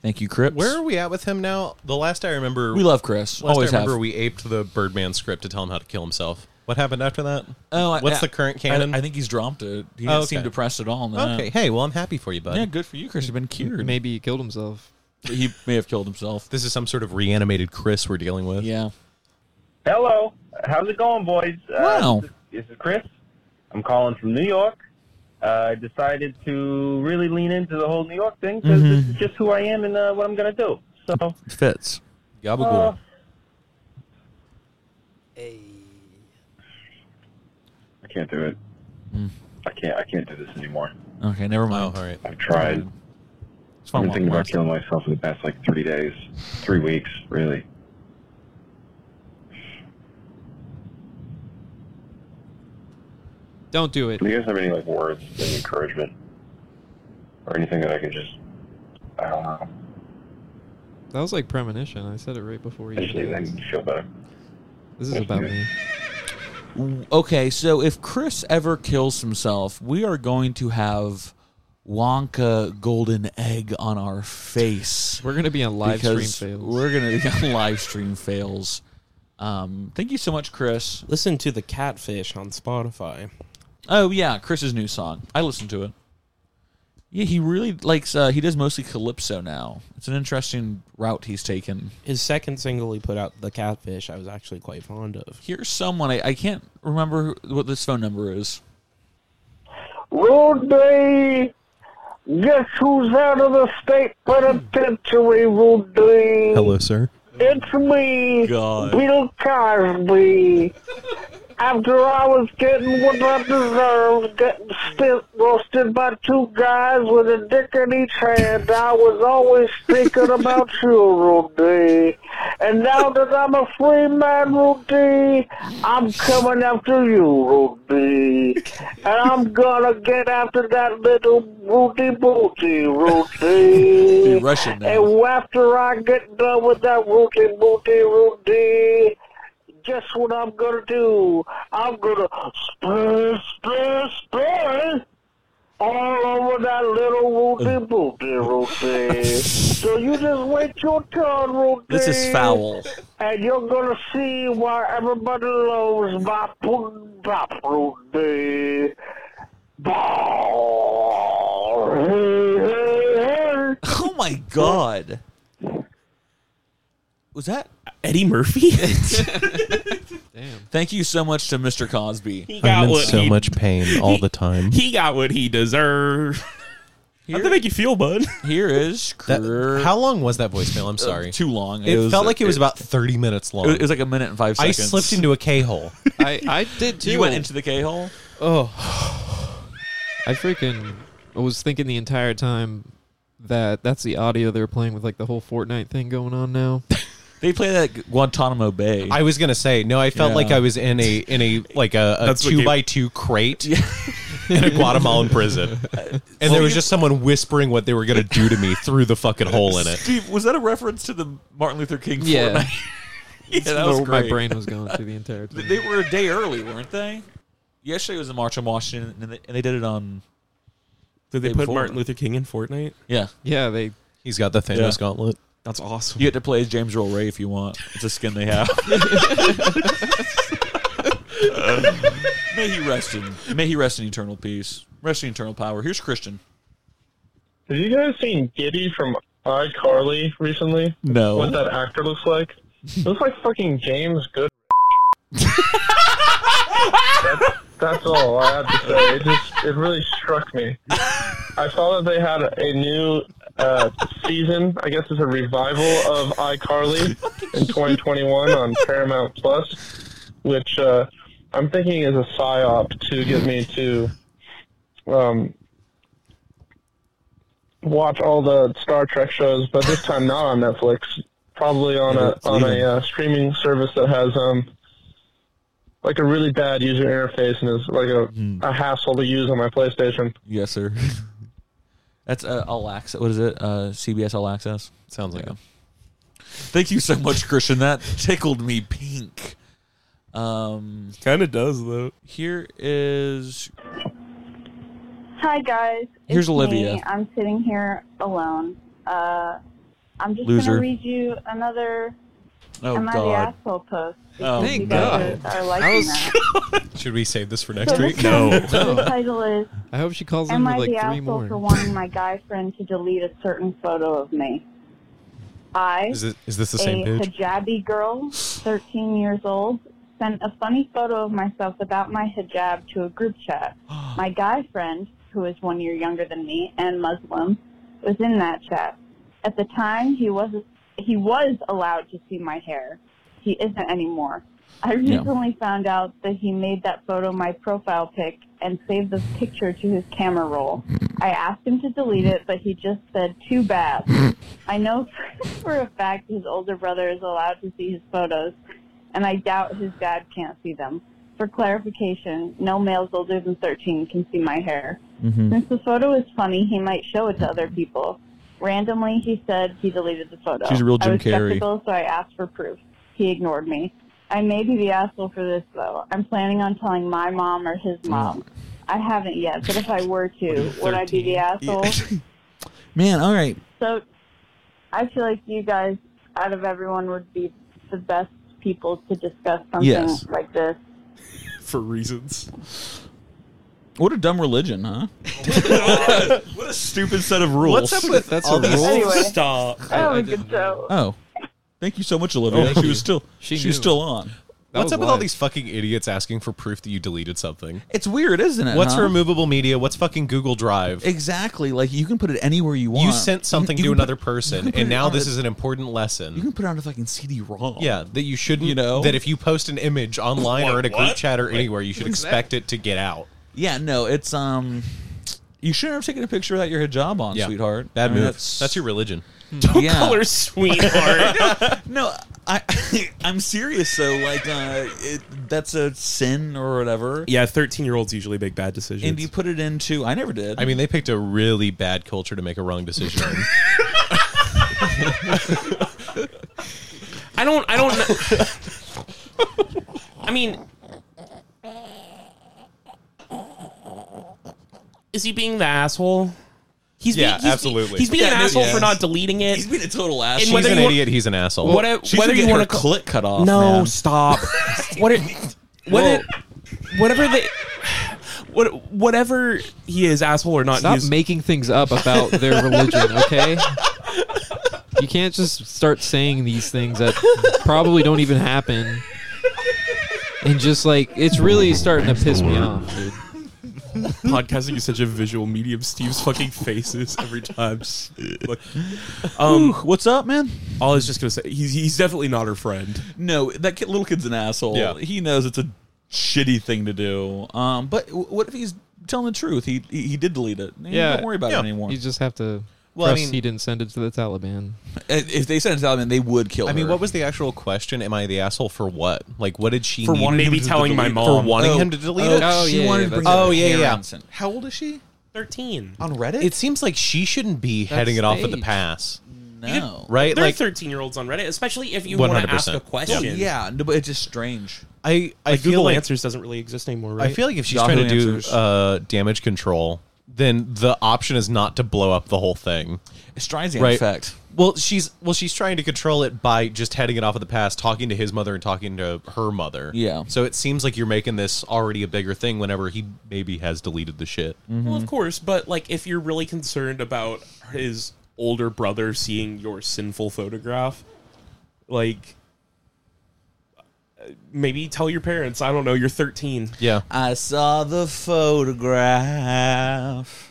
Thank you, Chris. Where are we at with him now? The last I remember, we love Chris. Last Always I have. remember, we aped the Birdman script to tell him how to kill himself. What happened after that? Oh, I- what's I- the current I- canon? I, think he's dropped it. He Oh, doesn't seem okay. depressed at all. No. okay. Hey, well, I'm happy for you, bud. Yeah, good for you, Chris. You've been cured. Maybe he killed himself. He may have killed himself. This is some sort of reanimated Chris we're dealing with. Yeah. Hello, how's it going, boys? Uh, Wow. this, is, this is Chris. I'm calling from New York. Uh, I decided to really lean into the whole New York thing because this is just who I am and uh, what I'm gonna do. So, Fits. Uh, Gabagool. I can't do it. I can't. I can't do this anymore. Mm. Okay, never oh, mind. all right. I've tried. It's I've fine. been thinking about Last- killing myself for the past like three days, three weeks, really. Don't do it. Do you guys have any like words of encouragement or anything that I could just? I don't know. That was like premonition. I said it right before I you. just need did to this. feel better. This is about me. Okay, so if Chris ever kills himself, we are going to have Wonka golden egg on our face. We're gonna be on live because stream fails. We're gonna be on live stream fails. Um, thank you so much, Chris. Listen to the catfish on Spotify. Oh yeah, Chris's new song. I listened to it. Yeah, he really likes. Uh, he does mostly calypso now. It's an interesting route he's taken. His second single he put out, "The Catfish," I was actually quite fond of. Here's someone I, I can't remember who- what this phone number is. Rudy, guess who's out of the state penitentiary, Rudy? Hello, sir. It's me, God. Bill Cosby. After I was getting what I deserved, getting stiff roasted by two guys with a dick in each hand, I was always thinking about you, Rudy. And now that I'm a free man, Rudy, I'm coming after you, Rudy. And I'm gonna get after that little Rudy Booty, Rudy. Be Russian now. And after I get done with that rooty booty rooty, guess what I'm gonna do? I'm gonna spray, spray, spray all over that little Mm. rooty booty rooty. so you just wait your turn, rooty. This is foul. And you're gonna see why everybody loves my pudding pop rooty. Ball. Oh my god. Was that Eddie Murphy? Damn. Thank you so much to Mr. Cosby. He got I'm in what so he- much pain all the time. He got what he deserved. How would that make you feel, bud? Here is how long was that voicemail? I'm sorry. Uh, too long. It, It was- felt like it was it- about 30 minutes long. It was like a minute and five I seconds. slipped into a K hole. I, I did too. You went into the K hole. Oh, I freaking I was thinking the entire time that that's the audio they're playing with like the whole Fortnite thing going on now. They play that at Guantanamo Bay. I was gonna say no. I felt Yeah. like I was in a in a like a, a That's what two gave- by two crate in a Guatemalan prison, and there was just someone whispering what they were gonna do to me through the fucking hole in it. Steve, was that a reference to the Martin Luther King Yeah. Fortnite? yeah, That's that was where my great. brain was going through the entire time. They were a day early, weren't they? Yesterday was the March on Washington, and they, and they did it on. Did they Day put before. Martin Luther King in Fortnite? Yeah, yeah, they He's got the Thanos Yeah. gauntlet. That's awesome. you get to play as James Earl Ray if you want. It's a skin they have. May he rest in. May he rest in eternal peace. Rest in eternal power. Here's Christian. Have you guys seen Giddy from iCarly recently? No. What that actor looks like? looks like fucking James Good. that's, that's all I have to say. It just it really struck me. I saw that they had a new uh, season. I guess it's a revival of iCarly in 2021 on Paramount Plus, which uh, I'm thinking is a psyop to get me to um, watch all the Star Trek shows, but this time not on Netflix. Probably on Yeah, a it's on leaving. a uh, streaming service that has um like a really bad user interface and is like a, a hassle to use on my PlayStation. Hmm. Yes, sir. That's uh, all access. What is it? Uh, CBS All Access. Sounds like Yeah. Thank you so much, Christian. That tickled me pink. Um, Kind of does though. here is Hi guys. Here's It's Olivia. me. I'm sitting here alone. Uh, I'm just Loser. gonna read you another oh "Am I the God. asshole?" post. Oh, because you Thank guys God. Are, are I liking was- that. a- Should we save this for So next this week? No. one, The title is I hope she calls in Am with I like the three asshole for more. wanting my guy friend to delete a certain photo of me? I, Is it is this the a same page? hijabi girl, 13 years old, sent a funny photo of myself without my hijab to a group chat. My guy friend, who is one year younger than me and Muslim, was in that chat. At the time, he was he was allowed to see my hair. He isn't anymore. I Yeah. recently found out that he made that photo my profile pic and saved the picture to his camera roll. I asked him to delete it, but he just said, "Too bad." I know for a fact his older brother is allowed to see his photos, and I doubt his dad can't see them. For clarification, no males older than 13 can see my hair. Mm. Since the photo is funny, he might show it to other people. Randomly, he said he deleted the photo. She's a real Jim I was Carrey. skeptical, so I asked for proof. He ignored me. I may be the asshole for this, though. I'm planning on telling my mom or Mm. his mom. I haven't yet, but if I were to, would I be the asshole? Man, all right. So I feel like you guys, out of everyone, would be the best people to discuss something Yes. like this. For reasons. What a dumb religion, huh? what a stupid set of rules. What's up with That's all a these- rule? Anyway. Stop. That was a good show. Oh, thank you so much, Olivia. Thank Oh, she you. was still she, was still on. What's up with all these fucking idiots asking for proof that you deleted something? It's weird, isn't it? What's huh? removable media? What's fucking Google Drive? Exactly. Like you can put it anywhere you want. You sent something you to can another put- you person, can put and it now on this a- is an important You lesson. can put it on a fucking CD-ROM. Yeah, that you shouldn't. You know? that if you post an image online or in a What? group What? chat or anywhere, you should Exactly. expect it to get out. Yeah. No, it's um. You shouldn't have taken a picture without your hijab on, Yeah. sweetheart. Bad I mean, move. that's- Hmm. That's, your religion. Don't Yeah. call her sweetheart. no, I I'm serious though. Like, uh, it, that's a sin or whatever. Yeah, thirteen-year-olds usually make bad decisions. And you put it into. I never did. I mean, they picked a really bad culture to make a wrong decision. in. I don't. I don't. kn- I mean, is he being the asshole? He's Yeah, being, he's- absolutely. He's being Yeah, an no, asshole yeah. for not deleting it. He's being a total asshole. She's an idiot. He's an asshole. What, She's whether gonna you get want her to clit cut off, No, man. stop. what? It, what? It, whatever they. What, whatever he is, asshole or not, Stop he's- making things up about their religion, okay? You can't just start saying these things that probably don't even happen. And just like it's really starting to piss me off, dude. Podcasting is such a visual medium. Steve's fucking faces every time. Look. Um, what's up, man? All I was just gonna say, he's he's definitely not her friend. No, that kid, little kid's an asshole. Yeah. He knows it's a shitty thing to do. Um, but w- what if he's telling the truth? He he, he did delete it. Yeah. don't worry about Yeah. it anymore. You just have to Well, I trust mean- he didn't send it to the Taliban. if they sent it to Taliban, they would kill. I mean, her. what was the actual question? Am I the asshole for what? Like, what did she For need wanting him Maybe to telling delete? my For mom. wanting Oh. him to delete Oh, it. Oh, she yeah, wanted to yeah, bring that's it up. Oh yeah, yeah, yeah. Parents and- How old is she? Thirteen. On Reddit. It seems like she shouldn't be That's heading it off at the staged. pass. No. right? There Like, are thirteen-year-olds on Reddit, especially if you want to ask a 100%. question. Well, yeah, Uh, no, but it's just strange. I I Like, feel Google like Answers doesn't really exist anymore. Right? I feel like if she's Yahoo trying to Answers. do uh, damage control, then the option is not to blow up the whole thing. It's Streisand effect. Well, she's well, she's trying to control it by just heading it off at the pass, talking to his mother and talking to her mother. Yeah. So it seems like you're making this already a bigger thing. Whenever he maybe has deleted the shit. Well, Mm-hmm. Mm-hmm. of course, but like if you're really concerned about his older brother seeing your sinful photograph, like uh, maybe tell your parents. I don't know. You're 13. Yeah. I saw the photograph.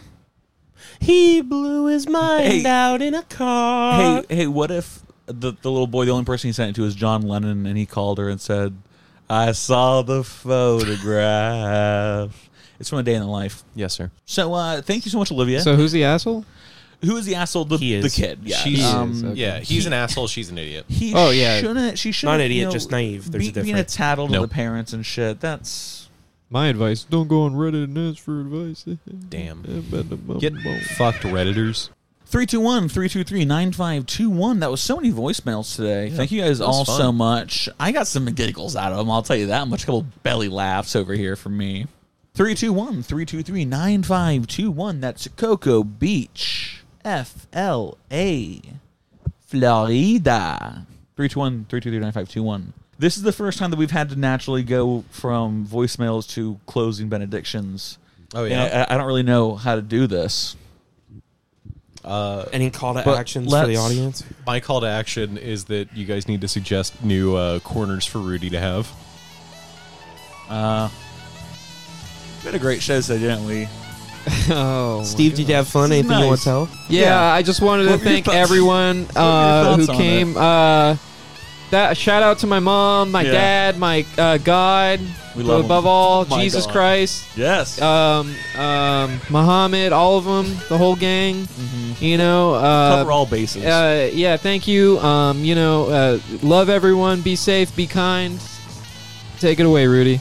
He blew his mind Hey. out in a car. hey, hey, what if the the little boy, the only person he sent it to is John Lennon, and he called her and said, "I saw the photograph." it's from a day in the life. Yes, sir. So, uh, thank you so much, Olivia. So who's the asshole? who is the asshole? The, the kid. Yeah, She's, Um, yeah. He's an asshole. She's an idiot. He Oh, yeah. shouldn't. She shouldn't. Not idiot, you know, just naive. There's be- a Being a difference. tattle to Nope. the parents and shit. That's My advice, don't go on Reddit and ask for advice. Damn. Get fucked, redditors. 321-323-9521. That was so many voicemails today. Yeah. Thank you guys That was all fun. so much. I got some giggles out of them. I'll tell you that much. A couple belly laughs over here from me. 321-323-9521. That's Cocoa Beach, F-L-A, Florida. 321-323-9521. This is the first time that we've had to naturally go from voicemails to closing benedictions. Oh, And yeah. I, I don't really know how to do this. Uh, Any call to But actions for the let's- audience? My call to action is that you guys need to suggest new uh, corners for Rudy to have. Uh, been a great show today, didn't we? oh, Steve, did you have fun? This is Anything you want to nice. tell? Yeah, I just wanted to What were your thank thoughts- everyone were your uh, who thoughts on came. it? Uh, that shout out to my mom, my Yeah. dad, my uh, God, We but love 'em. above all, My Jesus God. Christ, Yes. um, um, Muhammad, all of them, the whole gang. You know, uh, Mm-hmm. Cover all bases. Uh, yeah, thank you. Um, you know, uh, love everyone. Be safe. Be kind. Take it away, Rudy.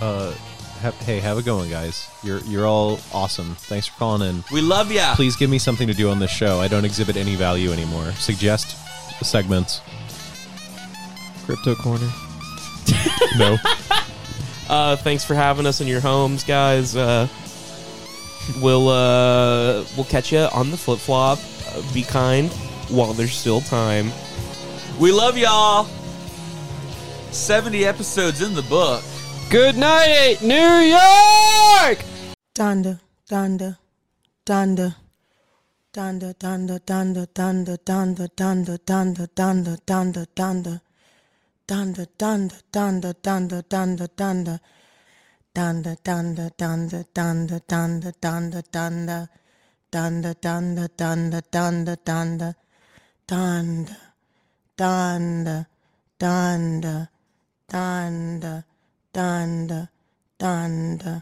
Uh, ha- hey, have it going, guys. You're you're all awesome. Thanks for calling in. we love ya. Please give me something to do on this show. I don't exhibit any value anymore. Suggest segments. Crypto corner. No. Uh, thanks for having us in your homes, guys. Uh, we'll uh, we'll catch you on the flip flop. Uh, be kind while there's still time. We love y'all. 70 episodes in the book. Good night, New York. York! Donda, Donda, Donda. Donda, Donda, Donda, Donda, Donda, Donda, Donda, Donda, Donda, Donda. Donda, Donda, Donda, Donda, Donda, Donda. Donda, Donda, Donda, Donda, Donda, Donda, Donda. Donda, Donda, Donda, Donda, Donda. Donda, Donda, Donda, Donda, Donda, Donda. Donda, Donda,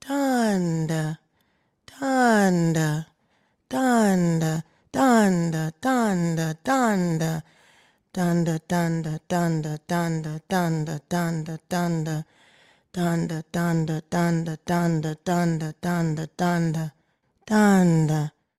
Donda, Donda, Donda, Donda, Donda, Donda, Donda, Donda, Donda, Donda, Donda, Donda, Donda, Donda, Donda, Donda, Donda, Donda, Donda, Donda, Donda,